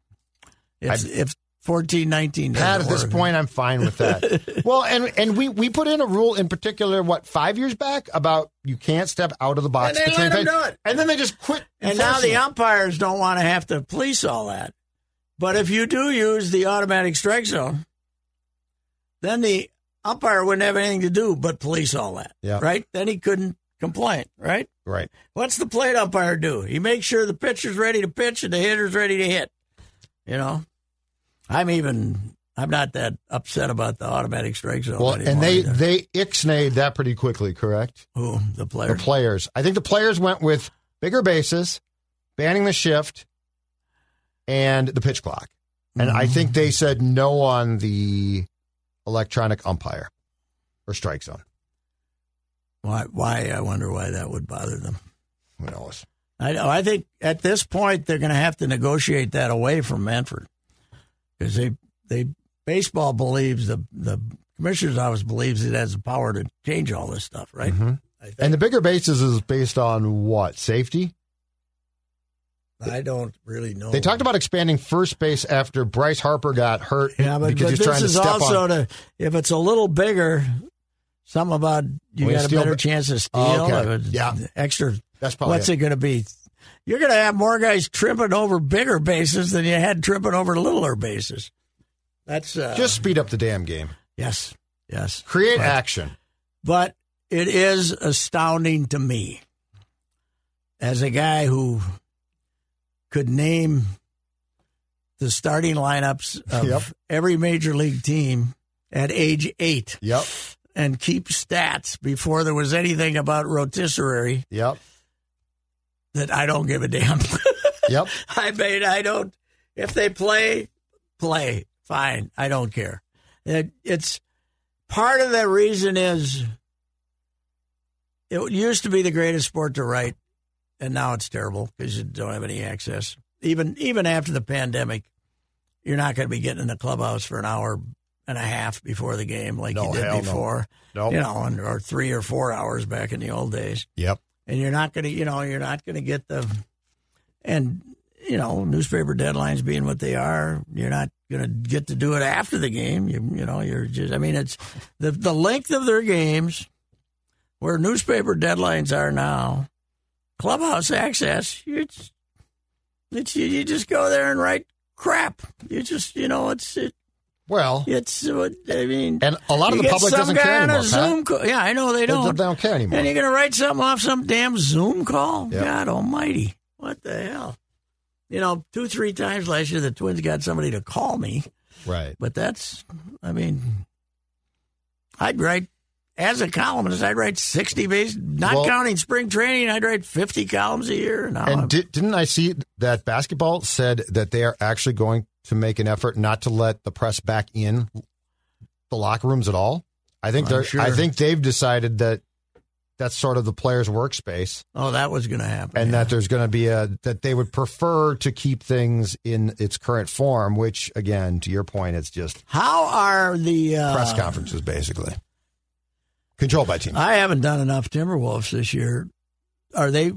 If, if 14, 19 doesn't Pat, at work. this point, I'm fine with that. well, and and we we put in a rule in particular, what five years back, about you can't step out of the box. And they between let 'em things. do it. and then they just quit. And now enforcing the it. umpires don't want to have to police all that. But if you do use the automatic strike zone, then the umpire wouldn't have anything to do but police all that. Yeah. Right? Then he couldn't complain, right? right. What's the plate umpire do? He makes sure the pitcher's ready to pitch and the hitter's ready to hit. You know? I'm even I'm not that upset about the automatic strike zone. Well, anymore and they either. they ixnayed that pretty quickly, correct? who the The player players. I think the players went with bigger bases, banning the shift, and the pitch clock. And I think they said no on the electronic umpire or strike zone. why why I wonder why that would bother them. Who knows? I know. I think at this point they're going to have to negotiate that away from Manford because they they baseball believes the the commissioner's office believes it has the power to change all this stuff, right? Mm-hmm. I think. And the bigger bases is based on what? Safety? I don't really know. They talked about expanding first base after Bryce Harper got hurt yeah, but, because but he's trying this to is step also on. to if it's a little bigger, something about you Well, you got a steal- better chance to steal. Oh, okay. if it's Yeah. extra. That's probably What's it. it going to be? You're going to have more guys tripping over bigger bases than you had tripping over littler bases. That's uh, Just speed up the damn game. Yes, yes. Create But- action. But it is astounding to me, as a guy who could name the starting lineups of Yep. every major league team at age eight Yep. and keep stats before there was anything about rotisserie Yep. that I don't give a damn. Yep. I mean, I don't. If they play, play fine. I don't care. It, it's part of the reason is it used to be the greatest sport to write, and now it's terrible because you don't have any access. Even even after the pandemic, you're not going to be getting in the clubhouse for an hour and a half before the game like No, you did hell no. before. Nope. You know, and, or three or four hours back in the old days Yep. and you're not going to, you know, you're not going to get the, and you know, newspaper deadlines being what they are, you're not going to get to do it after the game. You, you know, you're just, I mean, it's the the length of their games, where newspaper deadlines are now, clubhouse access, it's, it's you, you just go there and write crap. You just, you know, it's it, Well, it's what I mean. and a lot of you the get public some doesn't guy care on anymore. a Pat. Zoom co- yeah, I know they They, don't. they don't care anymore. And you're going to write something off some damn Zoom call? Yeah. God almighty. What the hell? You know, two, three times last year, the Twins got somebody to call me, Right. but that's, I mean, I'd write, as a columnist, I'd write 60 base, not Well- counting spring training, I'd write 50 columns a year. Now I'm- And di- didn't I see that basketball said that they are actually going to make an effort not to let the press back in the locker rooms at all? I think I'm they're. sure. I think they've decided that that's sort of the players' workspace, oh, that was going to happen. and yeah. that there's going to be a that they would prefer to keep things in its current form. Which, again, to your point, it's just How are the uh, press conferences basically controlled by teams. I haven't done enough Timberwolves this year. Are they?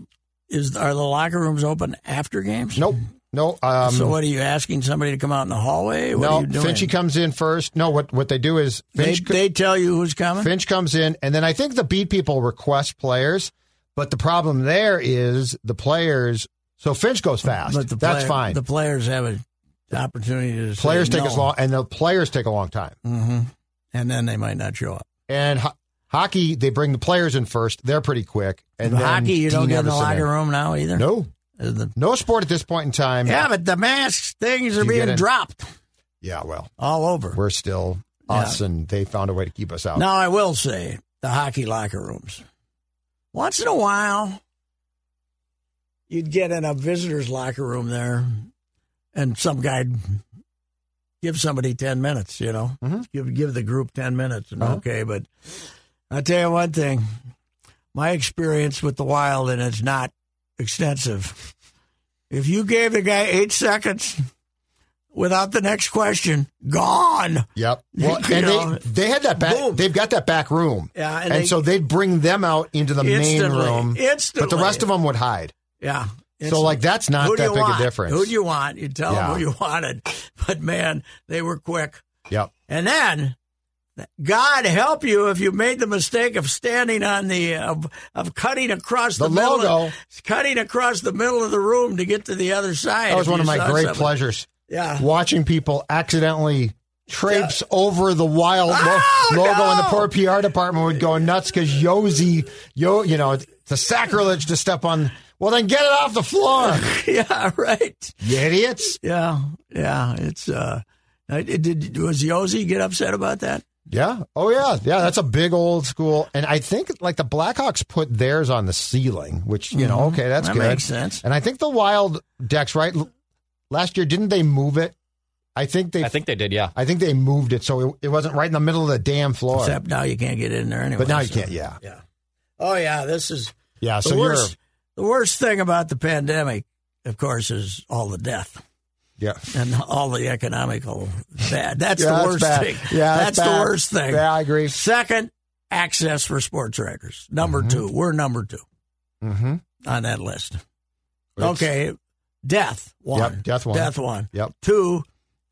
Is are the locker rooms open after games? nope. No. Um, so what are you asking somebody to come out in the hallway? What no. are you doing? Finchie comes in first. No. What what they do is they, Finch. they tell you who's coming. Finch comes in, and then I think the beat people request players, but the problem there is the players. So Finch goes fast. but the That's player- fine. The players have an opportunity to say players take no. as long, and the players take a long time. hmm and then they might not show up. And ho- hockey, they bring the players in first. They're pretty quick. And In then hockey, you don't Dean get in the Everson locker room now either. No, Is the- no sport at this point in time. yeah, but the masks things are You get being in. dropped Yeah, Well, all over. we're still us, and they found a way to keep us out. Now I will say the hockey locker rooms. Once in a while, you'd get in a visitor's locker room there, and some guy give somebody ten minutes. You know, give give the group ten minutes, and okay. But I tell you one thing, my experience with the Wild, and it's not extensive. If you gave the guy eight seconds without the next question, gone. Yep. Well, You and know, they they had that back. boom. They've got that back room. Yeah, and and, they- so they'd bring them out into the main Instantly. room. Instantly. But the rest of them would hide. Yeah. So like that's not Who do that you big want? a difference. Who do you want? You tell Yeah. them who you wanted. But man, they were quick. Yep. And then, God help you if you made the mistake of standing on the of, of cutting across the, The middle logo. of, cutting across the middle of the room to get to the other side. That was if one you of my saw great something. pleasures. Yeah. Watching people accidentally traipse over the wild lo- Oh, logo, and the no! poor PR department would go nuts because Yosi, yo, you know, it's a sacrilege to step on. Well, then get it off the floor, Yeah. Right. you idiots. Yeah. Yeah. It's uh. I- Did was Yosi get upset about that? Yeah. Oh, yeah. Yeah. That's a big old school. And I think like the Blackhawks put theirs on the ceiling, which, you know, okay, that's Mm-hmm. That good. makes sense. And I think the Wild decks, right? l- Last year, didn't they move it? I think they I think they did, yeah. I think they moved it so it, it wasn't right in the middle of the damn floor. Except now you can't get in there anyway. but now you so- can't. Yeah, Yeah. Oh yeah. This is. yeah. the So you're worst, the worst thing about the pandemic, of course, is all the death yeah. and all the economical bad. That's Yeah, the that's worst bad. thing. Yeah, that's, that's the bad. worst thing. Yeah, I agree. Second, access for sports records. Number two, we're number two Mm-hmm. on that list. It's- okay, death one. Yep, death one. Death one. Yep. Two,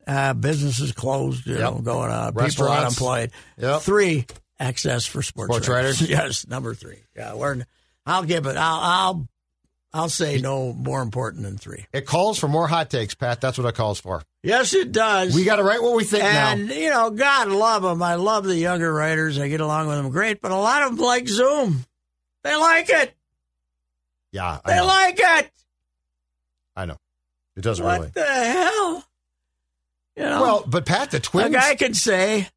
uh, businesses closed. You Yep. know, going out. People Restaurants. unemployed. Yep. Three, access for sports, Sports writers. writers. Yes, number three. Yeah, we're. I'll give it. I'll. I'll I'll say no more important than three. It calls for more hot takes, Pat. That's what it calls for. Yes, it does. We got to write what we think and now. you know, God love them. I love the younger writers. I get along with them great, but a lot of them like Zoom. They like it. Yeah, I They know. like it. I know. It doesn't What really. the hell? You know, Well, but Pat, the a twins. guy can say,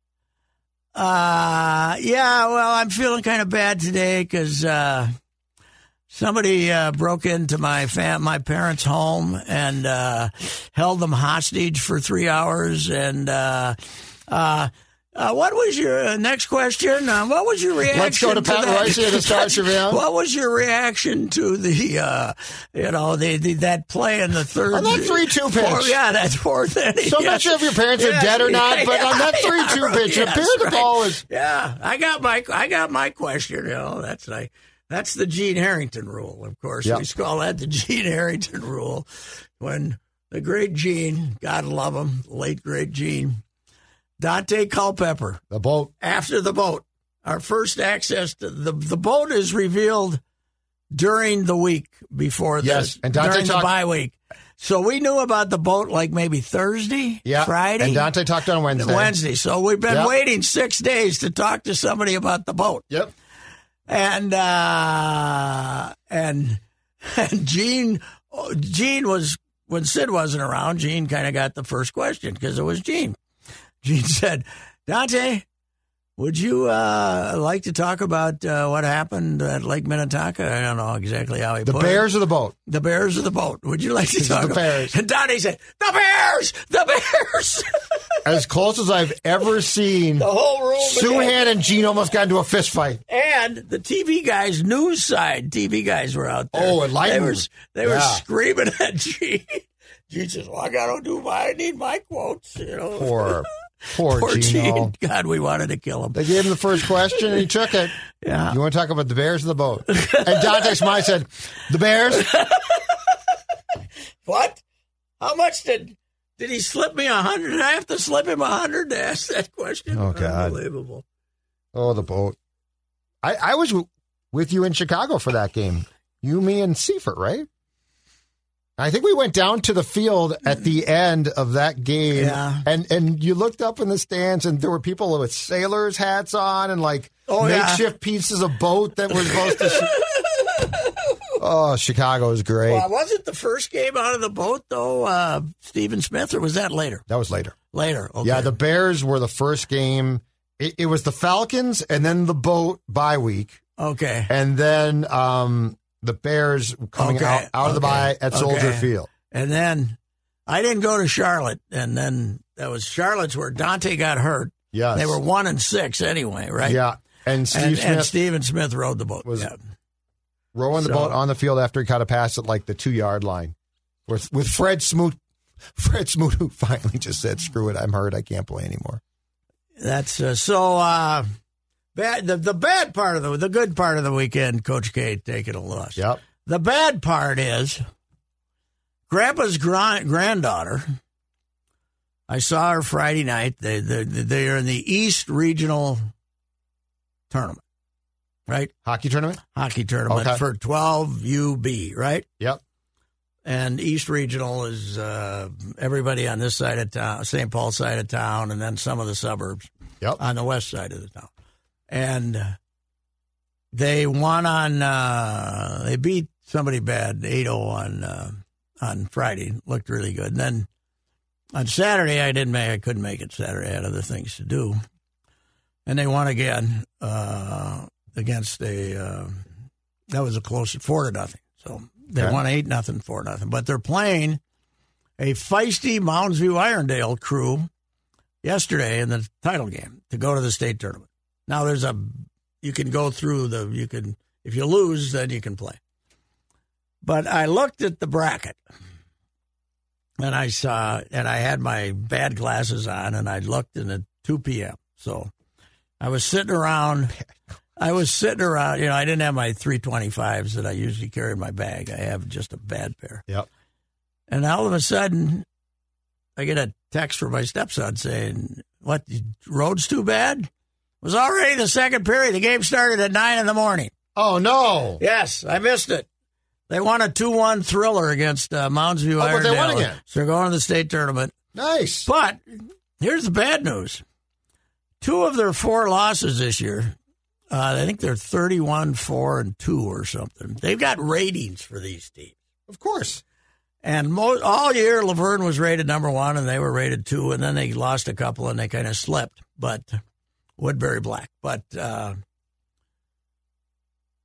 uh, yeah, well, I'm feeling kind of bad today because uh, somebody uh, broke into my fam- my parents' home and uh, held them hostage for three hours. And uh, uh, uh, what was your uh, next question? Uh, what was your reaction? Let's go to Pat that? Royce here to start your round. What was your reaction to the, uh, you know, the, the that play in the third? On that 3-2 pitch. Fourth- yeah, that fourth inning. So I'm yeah. not sure if your parents are dead or not, but on that 3-2 pitch, it appeared the ball was- Yeah, I got my I got my question. You know, that's like that's the Gene Harrington rule, of course. Yep. We call that the Gene Harrington rule. When the great Gene, God love him, late great Gene, Dante Culpepper, the boat. after the boat, our first access to the the boat is revealed during the week before Yes, the and Dante during the talked- bye week. So we knew about the boat like maybe Thursday, Yeah, Friday, and Dante talked on Wednesday. Wednesday. So we've been Yep. waiting six days to talk to somebody about the boat, Yep. and uh, and and Gene oh, Gene was when Sid wasn't around. Gene kind of got the first question because it was Gene. Gene said, "Dante, would you uh, like to talk about uh, what happened at Lake Minnetonka? I don't know exactly how he The put it. Bears or the boat? The Bears or the boat? Would you like to It's talk the about Bears. And Donnie said, "The Bears, the Bears." As close as I've ever seen. the whole room. Suhan and Gene almost got into a fist fight. And the TV guys, news side TV guys were out there. Oh, and light They were, news. they were Yeah. screaming at Gene. Gene says, well, I got to do my, I need my quotes, you know. Poor, poor, Poor Gino. Gene. God, we wanted to kill him. They gave him the first question and he took it. Yeah. You want to talk about the Bears or the boat? And Dante Smiley said, The Bears? What? How much did did he slip me a hundred? Did I have to slip him a hundred to ask that question? Oh, God. Unbelievable. Oh, the boat. I, I was w- with you in Chicago for that game. You, me, and Seifert, right? I think we went down to the field at the end of that Mm-hmm. game, Yeah. and and you looked up in the stands, and there were people with sailors' hats on and like Oh, yeah. makeshift pieces of boat that were supposed to. oh, Chicago is great. Well, wasn't the first game out of the boat though, uh, Stephen Smith, or was that later? that was later. Later. Okay. Yeah, the Bears were the first game. It, it was the Falcons, and then the boat bye week, okay. and then um, the Bears coming Okay, out, out of the okay, bye at Soldier okay. Field. And then I didn't go to Charlotte, and then that was Charlotte's where Dante got hurt. Yes. They were one and six anyway, right? Yeah. And Steve And, and Smith Stephen Smith rode the boat. Was- yeah. rowing the so- boat on the field after he caught a pass at like the two yard line with, with Fred Smoot. Fred Smoot, who finally just said, screw it, I'm hurt. I can't play anymore. That's uh, so. Uh, bad. The, the bad part of the the good part of the weekend, Coach K taking a loss. Yep. The bad part is Grandpa's grand, granddaughter. I saw her Friday night. They, they they are in the East Regional tournament, right? Hockey tournament? Hockey tournament Okay. for 12 UB, right? Yep. And East Regional is uh, everybody on this side of town, St. Paul side of town, and then some of the suburbs Yep. on the west side of the town. And uh, they won on, uh, they beat somebody bad 8 0 on, uh, on Friday. Looked really good. And then on Saturday, I didn't make, I couldn't make it Saturday. I had other things to do. And they won again uh, against a, uh, that was a close, four to nothing. So they Okay. won eight nothing, four nothing. But they're playing a feisty Mounds View Irondale crew yesterday in the title game to go to the state tournament. Now there's a you can go through the you can if you lose then you can play. But I looked at the bracket and I saw and I had my bad glasses on and I looked and at 2 p.m. So I was sitting around I was sitting around, you know, I didn't have my 325s that I usually carry in my bag. I have just a bad pair. Yep. And all of a sudden, I get a text from my stepson saying, "What the road's too bad?" It was already the second period. The game started at nine in the morning. Oh, no. Yes, I missed it. They won a two-one thriller against uh, Mounds View Oh, but they won Irondale. again. So they're going to the state tournament. Nice. But here's the bad news: two of their four losses this year. Uh, I think they're thirty-one, four, and two, or something. They've got ratings for these teams. Of course. And mo- all year, Laverne was rated number one, and they were rated two, and then they lost a couple, and they kind of slipped. But Woodbury Black. But uh,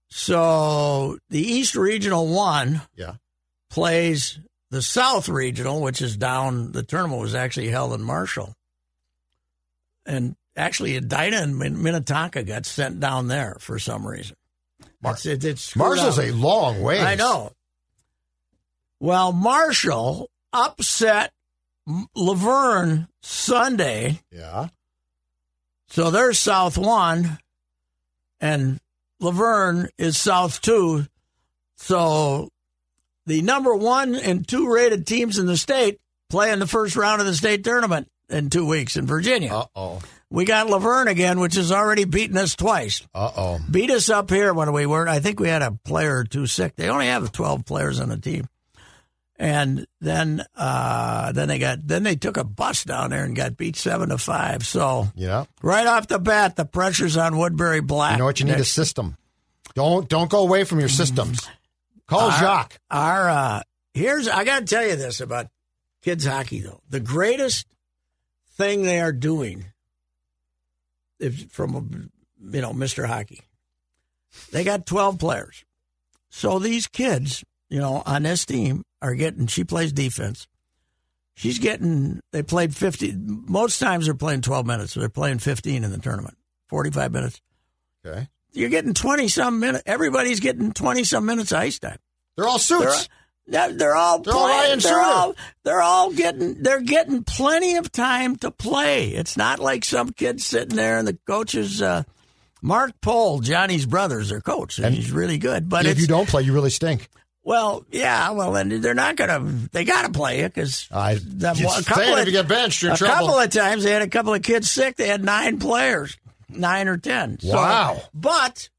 so the East Regional one Yeah. plays the South Regional, which is down. The tournament was actually held in Marshall, and actually Edina and Min- Minnetonka got sent down there for some reason. Mar- It's- it's- it's screwed Marshall's up. a long way. I know. Well, Marshall upset M- Laverne Sunday, Yeah. so they're South one, and Laverne is South two. So the number one and two rated teams in the state play in the first round of the state tournament in two weeks in Virginia. Uh oh. We got Laverne again, which has already beaten us twice Uh oh. beat us up here when we were. I think we had a player or two sick. They only have twelve players on the team, and then uh, then they got then they took a bus down there and got beat seven to five. So Yeah. right off the bat, the pressure's on Woodbury Black. You know what you need a Next- system. Don't don't go away from your systems. Call Our- Jacques. Our uh, Here's I got to tell you this about kids hockey though. The greatest thing they are doing, if from you know Mr. Hockey, they got twelve players. So these kids, you know, on this team are getting. She plays defense. She's getting. They played fifty. Most times they're playing twelve minutes. So they're playing fifteen in the tournament. Forty-five minutes. Okay. You're getting twenty some minutes. Everybody's getting twenty some minutes of ice time. They're all suits. They're, they're all They're all playing. Ryan they're Suter. all they're all getting they're getting plenty of time to play. It's not like some kid sitting there and the coaches. Uh, Mark Pohl, Johnny's brother, is their coach, and, And he's really good. But if it's, you don't play, you really stink. well, yeah, well, then they're not gonna they got to play it because I That just one- a couple saying, of- if you get benched, you're in a trouble. couple of times they had a couple of kids sick. They had nine players, nine or ten. So- Wow. But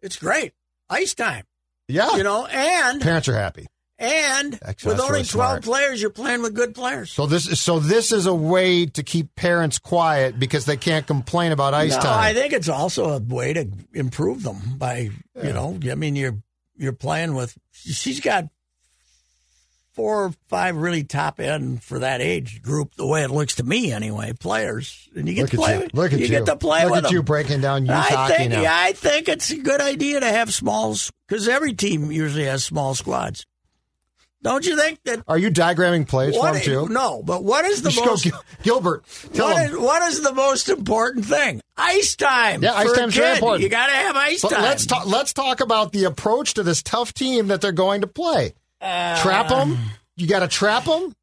it's great ice time, yeah. you know, and Parents are happy. And Actually, with that's only 12 really smart. players, you're playing with good players. So this is so this is a way to keep parents quiet because they can't complain about ice no, time. I think it's also a way to improve them by, you know, I mean, you're you're playing with, she's got four or five really top end for that age group, the way it looks to me anyway, players. And you get Look to at play you. with- Look at you. get to play Look with at you them. breaking down youth I hockey think, now. yeah, I think it's a good idea to have small, because every team usually has small squads. Don't you think that? Are you diagramming plays what for them is- too? no, but what is the You should go most Gil- Gilbert. Tell What him. is, what is the most important thing? Ice time. Yeah, ice for a time's very kid. important. You got to have ice But time. let's talk. Let's talk about the approach to this tough team that they're going to play. Uh, trap them. You got to trap them.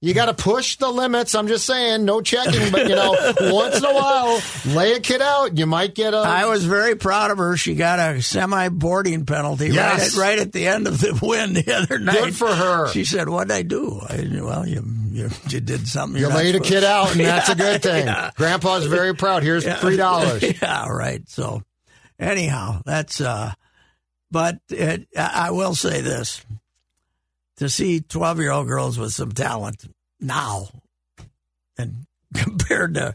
You got to push the limits. I'm just saying, no checking, but you know, once in a while, lay a kid out. You might get uh, a. I was very proud of her. She got a semi boarding penalty Yes. right, at, right at the end of the win the other night. for her. She said, What did I do? I, well, you, you, you did something. you you're not laid a supposed kid to." out, and that's a good thing. Yeah. Grandpa's very proud. Here's three dollars. yeah, right. So, anyhow, that's. uh But it, I I will say this: to see twelve-year-old girls with some talent now, and compared to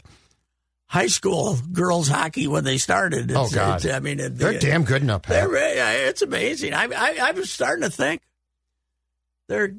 high school girls hockey when they started, it's, Oh, God. it's- I mean, it, They're it- damn good enough. they're Pat. re- yeah, it's amazing. I, I I was starting to think they're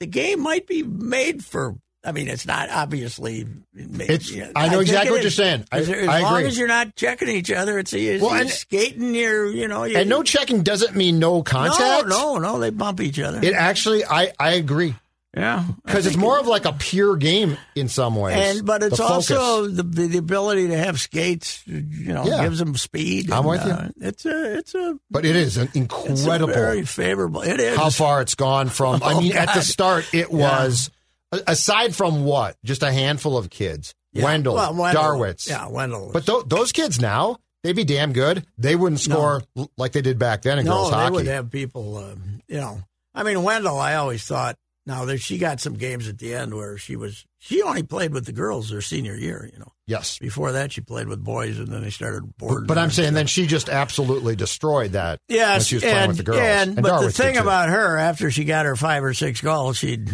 the game might be made for. I mean, it's not obviously. Made, It's- I know think exactly it what is. you're saying. I- As, as I long agree. as you're not checking each other, it's easy. Well, you're and- skating. You're you know. You're, And no checking doesn't mean no contact. No, no, no. They bump each other. It actually, I I agree yeah, because it's more of like a pure game in some ways. And but it's The focus. also the the ability to have skates. You know, Yeah. gives them speed. I'm and, with you. uh, it's a it's a but it is an it's incredible. a very favorable. It is how far it's gone from. I Oh, mean, at the God. start, it was a- aside from what just a handful of kids, Yeah. Wendell, Well, Wendell. Darwitz. Yeah, Wendell. But th- those kids now, they'd be damn good. They wouldn't score l- like they did back then in no, girls they hockey. would have people. Um, you know, I mean, Wendell. I always thought now there she got some games at the end where she was she only played with the girls her senior year. You know, yes, before that she played with boys, and then they started boarding. but, but I'm her. saying then she just absolutely destroyed that. Yes, when she was playing and, with the girls. and- And but the Darwitz did thing too. about her after she got her five or six goals, she would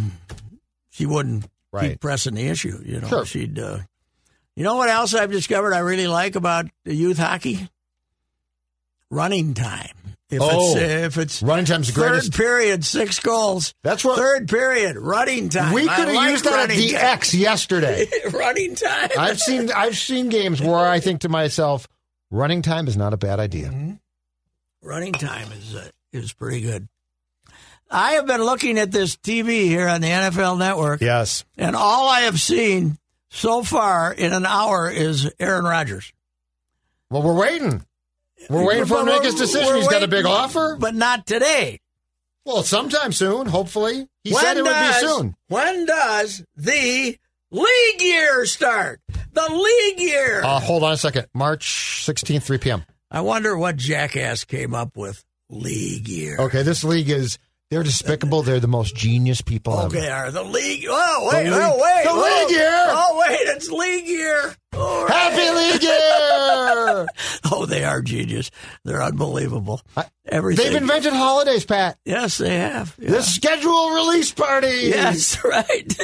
she wouldn't Right. keep pressing the issue. You know, Sure. she'd. Uh, you know what else I've discovered I really like about the youth hockey? Running time. If Oh. it's if it's Running time's the third greatest. period, six goals. That's what- third period running time. we I could have like used that at running the X yesterday. time. running time. I've seen I've seen games where I think to myself, running time is not a bad idea. Mm-hmm. running time is uh, is pretty good. I have been looking at this TV here on the NFL Network, Yes. and all I have seen so far in an hour is Aaron Rodgers. Well, we're waiting. We're waiting for him to make his decision. We're He's got a waiting, big offer. but not today. Well, sometime soon, hopefully. He said it does, would be soon. When does the league year start? The league year. Uh, hold on a second. March 16th, 3 p.m. I wonder what jackass came up with league year. Okay, this league is, they're despicable. They're the most genius people ever. Okay, are the league? Oh wait, The league- oh wait, the oh, league year! Oh wait, it's league year. Oh, Happy League Year! Oh, they are genius. They're unbelievable. Everything. They've invented holidays, Pat. Yes, they have. Yeah. The schedule release party. Yes, right.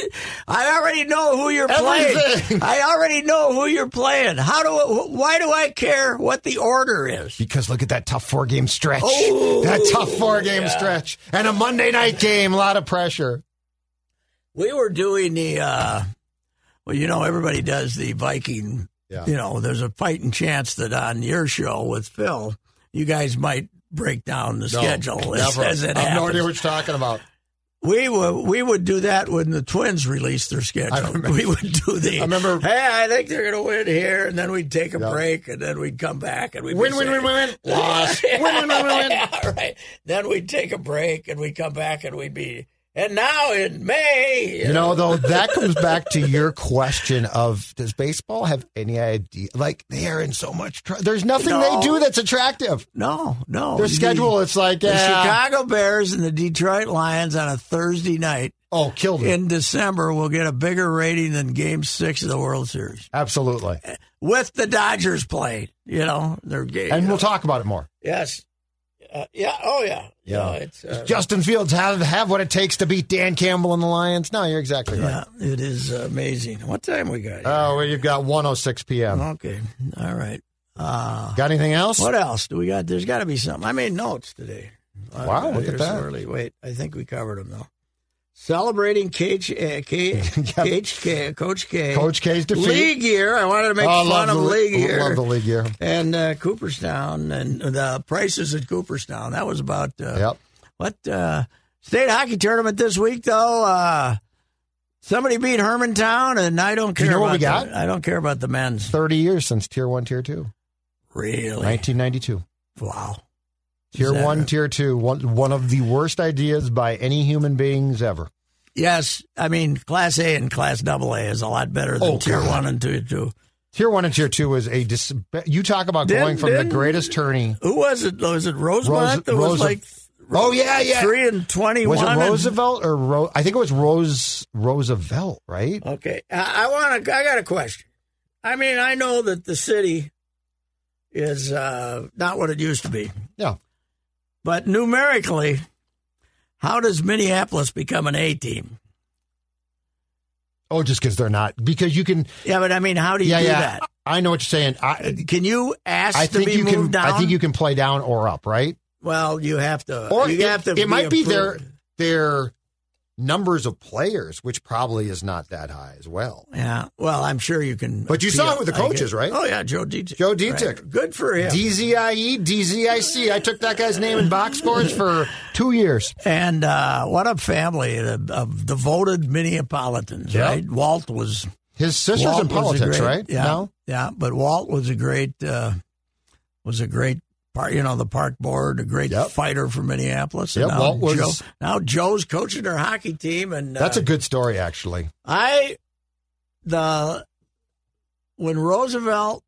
I already know who you're playing. Everything. I already know who you're playing. How do? Why do I care what the order is? Because look at that tough four game stretch. Oh, that tough four game stretch. And a Monday night game, a lot of pressure. We were doing the. uh Well, you know, everybody does the Viking. Yeah. You know, there's a fighting chance that on your show with Phil, you guys might break down the schedule as, never. as it I have no happens. idea what you're talking about. We would we would do that when the Twins released their I schedule. remember. We would do the. I remember- Hey, I think they're going to win here, and then we'd take a Yeah. break, and then we'd come back and we'd be Win, win, saying- win, win, win. Loss. Win, win, win, win, win. Yeah, right. Then we'd take a break, and we'd come back, and we'd be. And now in May, You know, though, that comes back to your question of does baseball have any idea? Like, they are in so much trouble. There's nothing No. Oh, they do that's attractive. no, no, Their schedule, it's like, The, the yeah. Chicago Bears and the Detroit Lions on a Thursday night Oh, killed it. in December will get a bigger rating than Game Six of the World Series Absolutely. with the Dodgers playing. You know, their game. And we'll talk about it more. Yes. Uh, yeah. Oh, yeah. Yeah. No, it's, uh, Justin Fields have have what it takes to beat Dan Campbell and the Lions. No, you're exactly right. yeah. It is amazing. What time we got? Here? Oh, well, you've got 106 p.m. okay. All right. Uh, Got anything else? what else do we got? There's got to be something. I made notes today. I Wow, got look at here that. so Early. Wait, I think we covered them though. Celebrating Cage, uh, K, Cage K, Coach K, Coach K's defeat. League year. I wanted to make Oh, fun of the, league year. Love the league year. and uh, Cooperstown and the prices at Cooperstown. That was about uh, Yep. What uh, state hockey tournament this week though? Uh, somebody beat Hermantown, and I don't Do care you know about what we got? The, I don't care about the men's. 30 years since Tier 1, Tier 2. Really? 1992. Wow. Tier that 1, right? Tier 2. One, one of the worst ideas by any human beings ever. Yes, I mean Class A and Class Double A is a lot better than Oh, Tier God. One and Tier Two. Tier 1 and Tier 2 was a. Dis- you talk about Didn't- going from the didn't- greatest tourney. Who was it? Was it Rosemont? that was Rose- like Oh, yeah, yeah. three and twenty-one. was it and- Roosevelt or Ro- I think it was Rose Roosevelt, right? Okay, I, I want to. I got a question. I mean, I know that the city is uh, not what it used to be, Yeah. but numerically, how does Minneapolis become an A team? Oh, just because they're not. Because you can. Yeah, but I mean, how do you yeah, do yeah. I know what you're saying. I, that? Can you ask I to think be you moved can. down? I think you can play down or up, right? Well, you have to. Or you Uh, it, have to. it might be their approved. their numbers of players, which probably is not that high as well. Yeah. Well, I'm sure you can. But you saw it with the I get- coaches, right? Oh yeah, Joe Dietrich. Joe Right. Dietrich. Good for him. DZIE, DZIC. E, I took that guy's name in box scores for two years. And uh, what a family of, of devoted Minneapolitans, Yeah. right? Walt was His sister's Walt in was a politics, great- right? Yeah, No? yeah. But Walt was a great uh, was a great part. You know, the park board, a great Yep. fighter for Minneapolis. And Yep, now Walt was- Joe, now Joe's coaching their hockey team, and uh, That's a good story, actually. I the when Roosevelt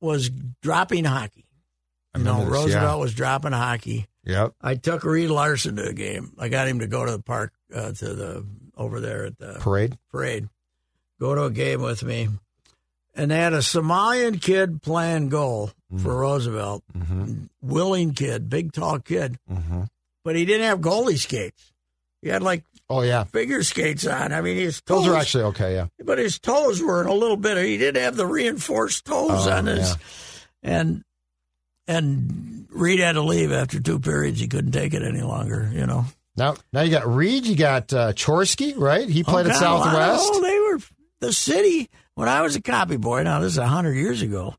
was dropping hockey. You know, remember this, Roosevelt yeah. was dropping hockey. Yep. I took Reed Larson to a game. I got him to go to the park uh, to the over there at the Parade. parade, go to a game with me, and they had a Somalian kid playing goal Mm. for Roosevelt, Mm-hmm, willing kid, big tall kid, but he didn't have goalie skates. He had like Oh, yeah. figure skates on. I mean, his toes, Those are actually okay, yeah. but his toes were in a little bit. He didn't have the reinforced toes Oh, on his, yeah. and and Reed had to leave after two periods. He couldn't take it any longer. You know. Now, now you got Reed, you got uh, Chorsky, right? He played at Okay, Southwest. well, Oh, they were the city when I was a copy boy. Now this is hundred years ago,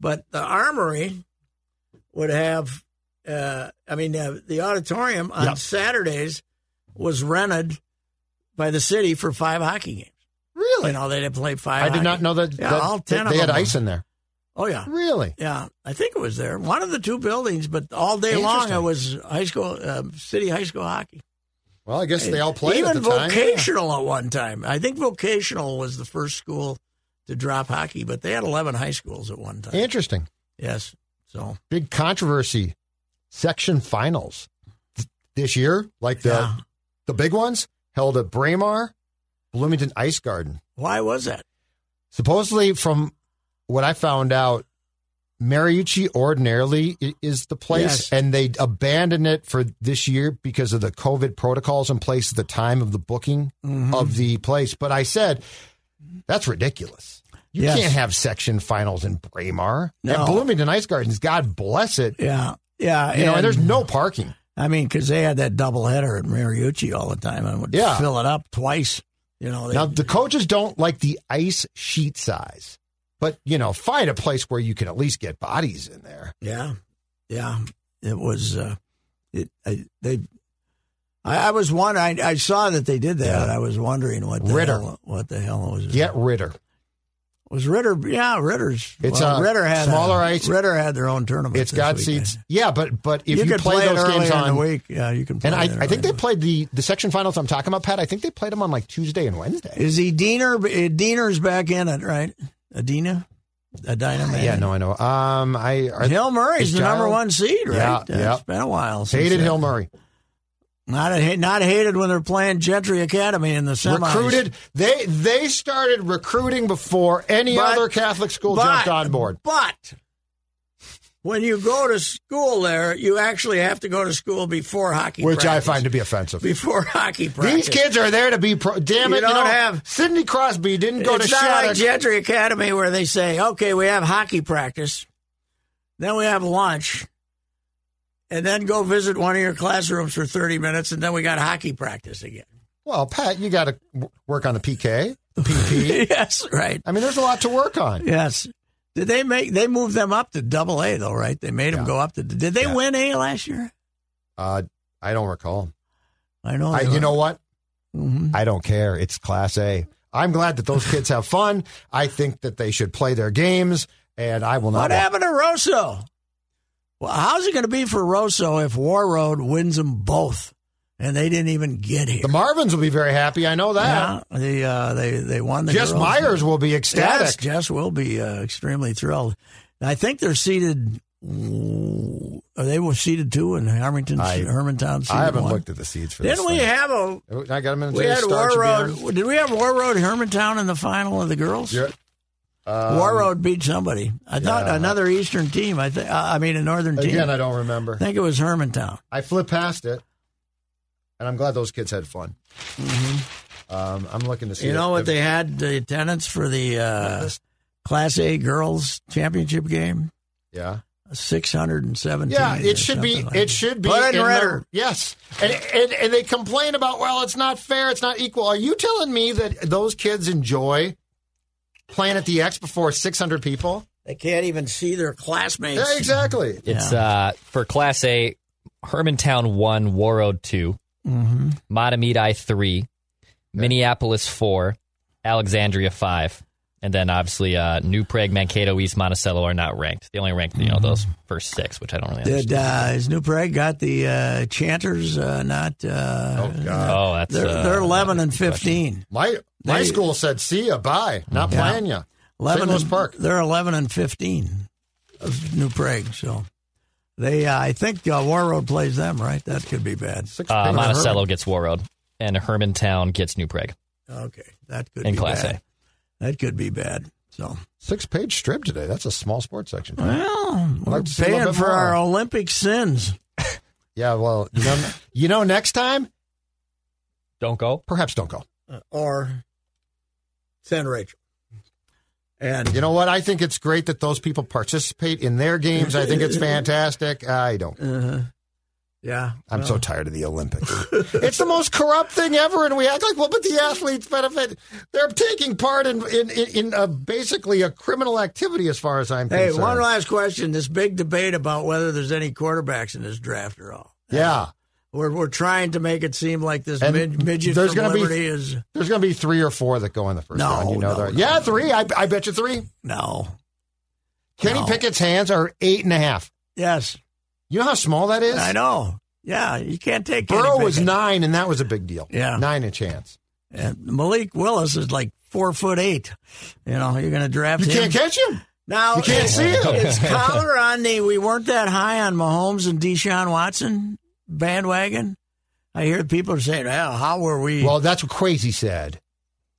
but the armory would have. Uh, I mean, uh, the auditorium on Yep. Saturdays was rented by the city for five hockey games. Really? You know, they'd play five. I did hockey- not know that, Yeah, that- all that ten of they had them. ice in there. Oh yeah, Really? yeah. I think it was there. One of the two buildings, but all day long Interesting. it was high school, uh, city high school hockey. Well, I guess they all played Even at the time. vocational at one time. I think vocational was the first school to drop hockey, but they had eleven high schools at one time. Yeah. Interesting. yes, so Big controversy. Section finals Th- this year, like the Yeah. the big ones, held at Braemar, Bloomington Ice Garden. why was that? Supposedly, from what I found out, Mariucci ordinarily i- is the place, Yes. and they abandoned it for this year because of the COVID protocols in place at the time of the booking Mm-hmm. of the place. But I said, that's ridiculous. You Yes. can't have section finals in Braemar. No. At Bloomington Ice Gardens, God bless it. Yeah. Yeah. You know, and and- there's no parking. I mean, because they had that double header at Mariucci all the time and would Yeah. fill it up twice. You know, they, Now, the coaches don't like the ice sheet size, but, you know, find a place where you can at least get bodies in there. yeah, yeah. It was. Uh, it I, they. I, I was wondering. I, I saw that they did that. and I was wondering what the Ritter. hell, what the hell it was. Get Ritter. was Ritter? Yeah, Ritter's. It's, well, uh, Ritter had smaller a, ice- Ritter had their own tournament. It's this got weekend. seats. Yeah, but but if you, could play, it those games earlier in on, the week. Yeah, you can. Play and I, it early I think in they the played the the section finals I'm talking about, Pat. I think they played them on like Tuesday and Wednesday. Is Ediner Ediner's back in it, right? Adina? Adina man. Yeah, no, I know. Um, I are, Hill Murray's is the number Giles- one seed, right? Yeah, Uh, yeah. It's been a while. Since hated that. Hill Murray. Not a, not hated when they're playing Gentry Academy in the semis. Recruited. They they started recruiting before any But- other Catholic school but- jumped on board. But when you go to school there, you actually have to go to school before hockey, Which I practice. find to be offensive. before hockey practice. These kids are there to be pro. Damn You it! don't know, have- Sidney Crosby didn't go it's to not Shattuck. like Gentry Academy where they say, okay, we have hockey practice, then we have lunch, and then go visit one of your classrooms for 30 minutes, and then we got hockey practice again. well, Pat, you got to work on the PK, the PP. yes, right. I mean, there's a lot to work on. Yes. Did they make, they moved them up to double A, though, right? They made them go up to, did they Yeah. win A last year? Uh, I don't recall. I know. I, they you know were. Mm-hmm. what? I don't care. It's Class A. I'm glad that those kids have fun. I think that they should play their games, and I will not. What happened to Rosso? Well, how's it going to be for Rosso if Warroad wins them both and they didn't even get here? The Marvins will be very happy. I know that. Yeah, they uh, they they won the. Jess girls. Myers will be Yes, ecstatic. Jess will be uh, extremely thrilled. I think they're seated. They were seated two in Harrington, I- Hermantown. I haven't one. looked at the seeds for Didn't this. we thing. Oh, have a? I got them in We today's had War Star Tribune. Road. Did we have War Road Hermantown in the final of the girls? Yeah. Um, War Road beat somebody. I thought another Eastern team. I think. I I mean, a Northern team. Again, I don't remember. I think it was Hermantown. I flipped past it, and I'm glad those kids had fun. Um, I'm looking to see. Mm-hmm. You know if- what if- they had the attendance for the uh, this- Class A girls championship game? Yeah. Six hundred and seventeen. Yeah, it should be. it should be. Put in their- redder. yes, and, and and they complain about well, it's not fair, it's not equal. Are you telling me that those kids enjoy playing at the X before six hundred people? They can't even see their classmates. Yeah, exactly. It's uh, for Class A, Hermantown 1, Warroad 2, Mm-hmm. Matamidi 3, Minneapolis 4, Alexandria 5. And then obviously uh, New Prague, Mankato, East Monticello are not ranked. They only ranked Mm-hmm. you know those first six, which I don't really Did understand. uh, is New Prague got the uh, chanters? Uh, not. Uh, Oh God, oh, that's They're, uh, they're eleven that's a and good question. fifteen. my my They- school said, "See ya, bye, not Yeah. playing ya." Eleven. St. Louis and- Park. They're eleven and fifteen of New Prague. So they, uh, I think uh, War Road plays them, right? That could be bad. Six Uh, people. Monticello gets Warroad, and Hermantown gets New Prague Okay, that could in be Class bad. A. That could be bad. So Six page strip today. That's a small sports section. well, we're like to see a little paying bit for more. our Olympic sins. Yeah, well, you know, you know, next time Don't go. perhaps don't go. or San Rachel. And You know what? I think it's great that those people participate in their games. I think it's fantastic. I don't. yeah, I'm so tired of the Olympics. it's the most corrupt thing ever, and we act like, well, but the athletes benefit. They're taking part in in in, in a, basically a criminal activity, as far as I'm hey, concerned. one last question: this big debate about whether there's any quarterbacks in this draft at all. yeah, We're we're trying to make it seem like this And mid, midget there's from gonna be- Liberty is there's going to be three or four that go in the first No, round. You know, no, that. no. yeah, three. I, I bet you three. no. Kenny No. Pickett's hands are eight and a half. Yes, You know how small that is. I know. Yeah, you can't take. Kenny Burrow was Pickett. nine, and that was a big deal. Yeah. nine a chance. And Malik Willis is like four foot eight. You know, you're going to draft You him. can't catch him. Now You can't see him. It's collar on the. We weren't that high on Mahomes and Deshaun Watson bandwagon. I hear people saying, "Well, how were we?" Well, that's what Crazy said.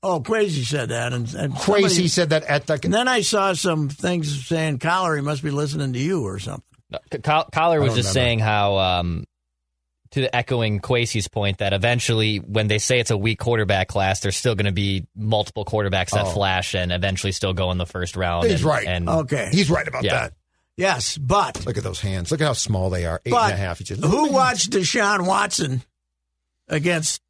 Oh, Quasi said that, and, and somebody- Quasi said that at And the. then I saw some things saying Collar, he must be listening to you or something. No, C- Col- Collar was don't just remember. saying how, um, to the echoing Quasi's point, that eventually when they say it's a weak quarterback class, there's still going to be multiple quarterbacks that flash and eventually still go in the first round. Oh. He's and, right. Oh, And Okay. Hmm. He's right about Yeah. that. yes, but Look at those hands. Look at how small they are. Eight and but a half. He just- who watched Deshaun Watson against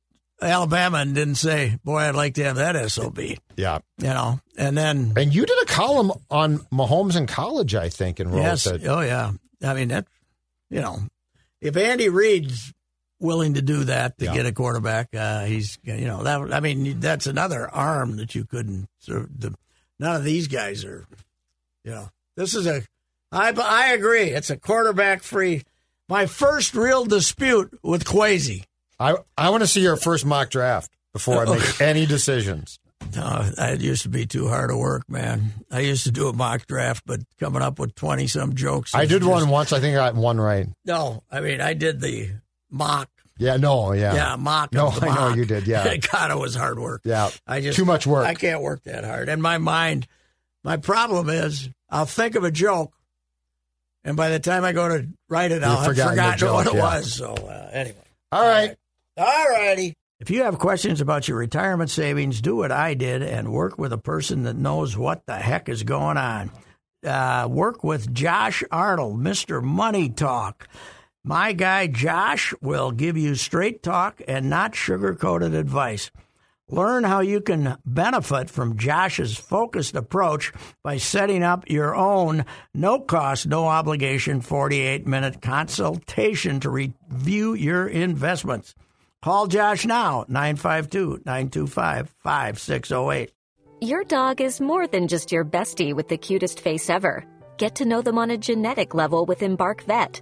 Alabama and didn't say, "Boy, I'd like to have that sob." You Yeah. know, and then And you did a column on Mahomes in college, I think, and wrote yes, that. oh yeah. I mean that, you know, if Andy Reid's willing to do that to Yeah. get a quarterback, uh, he's you know that. I mean that's another arm that you couldn't. Serve the, none of these guys are, you know. This is a, I I agree. It's a quarterback free. My first real dispute with Quasi. I I want to see your first mock draft before I make any decisions. No, I it used to be too hard to work, man. I used to do a mock draft, but coming up with twenty some jokes. I is did just- one once. I think I got one right. No, I mean I did the mock Yeah. No. Yeah. Yeah, mock. No, of the I know mock. you did, yeah. God, it was hard work. Yeah. I just Too much work. I can't work that hard. And my mind, my problem is, I'll think of a joke, and by the time I go to write it, I'll have forgotten forgotten, the what joke, it yeah. was. So uh, anyway. All right. All righty. If you have questions about your retirement savings, do what I did and work with a person that knows what the heck is going on. Uh, work with Josh Arnold, Mr. Money Talk. My guy Josh will give you straight talk and not sugar coated advice. Learn how you can benefit from Josh's focused approach by setting up your own no cost, no obligation 48 minute consultation to review your investments. Call Josh now, 952 925 5608. Your dog is more than just your bestie with the cutest face ever. Get to know them on a genetic level with Embark Vet.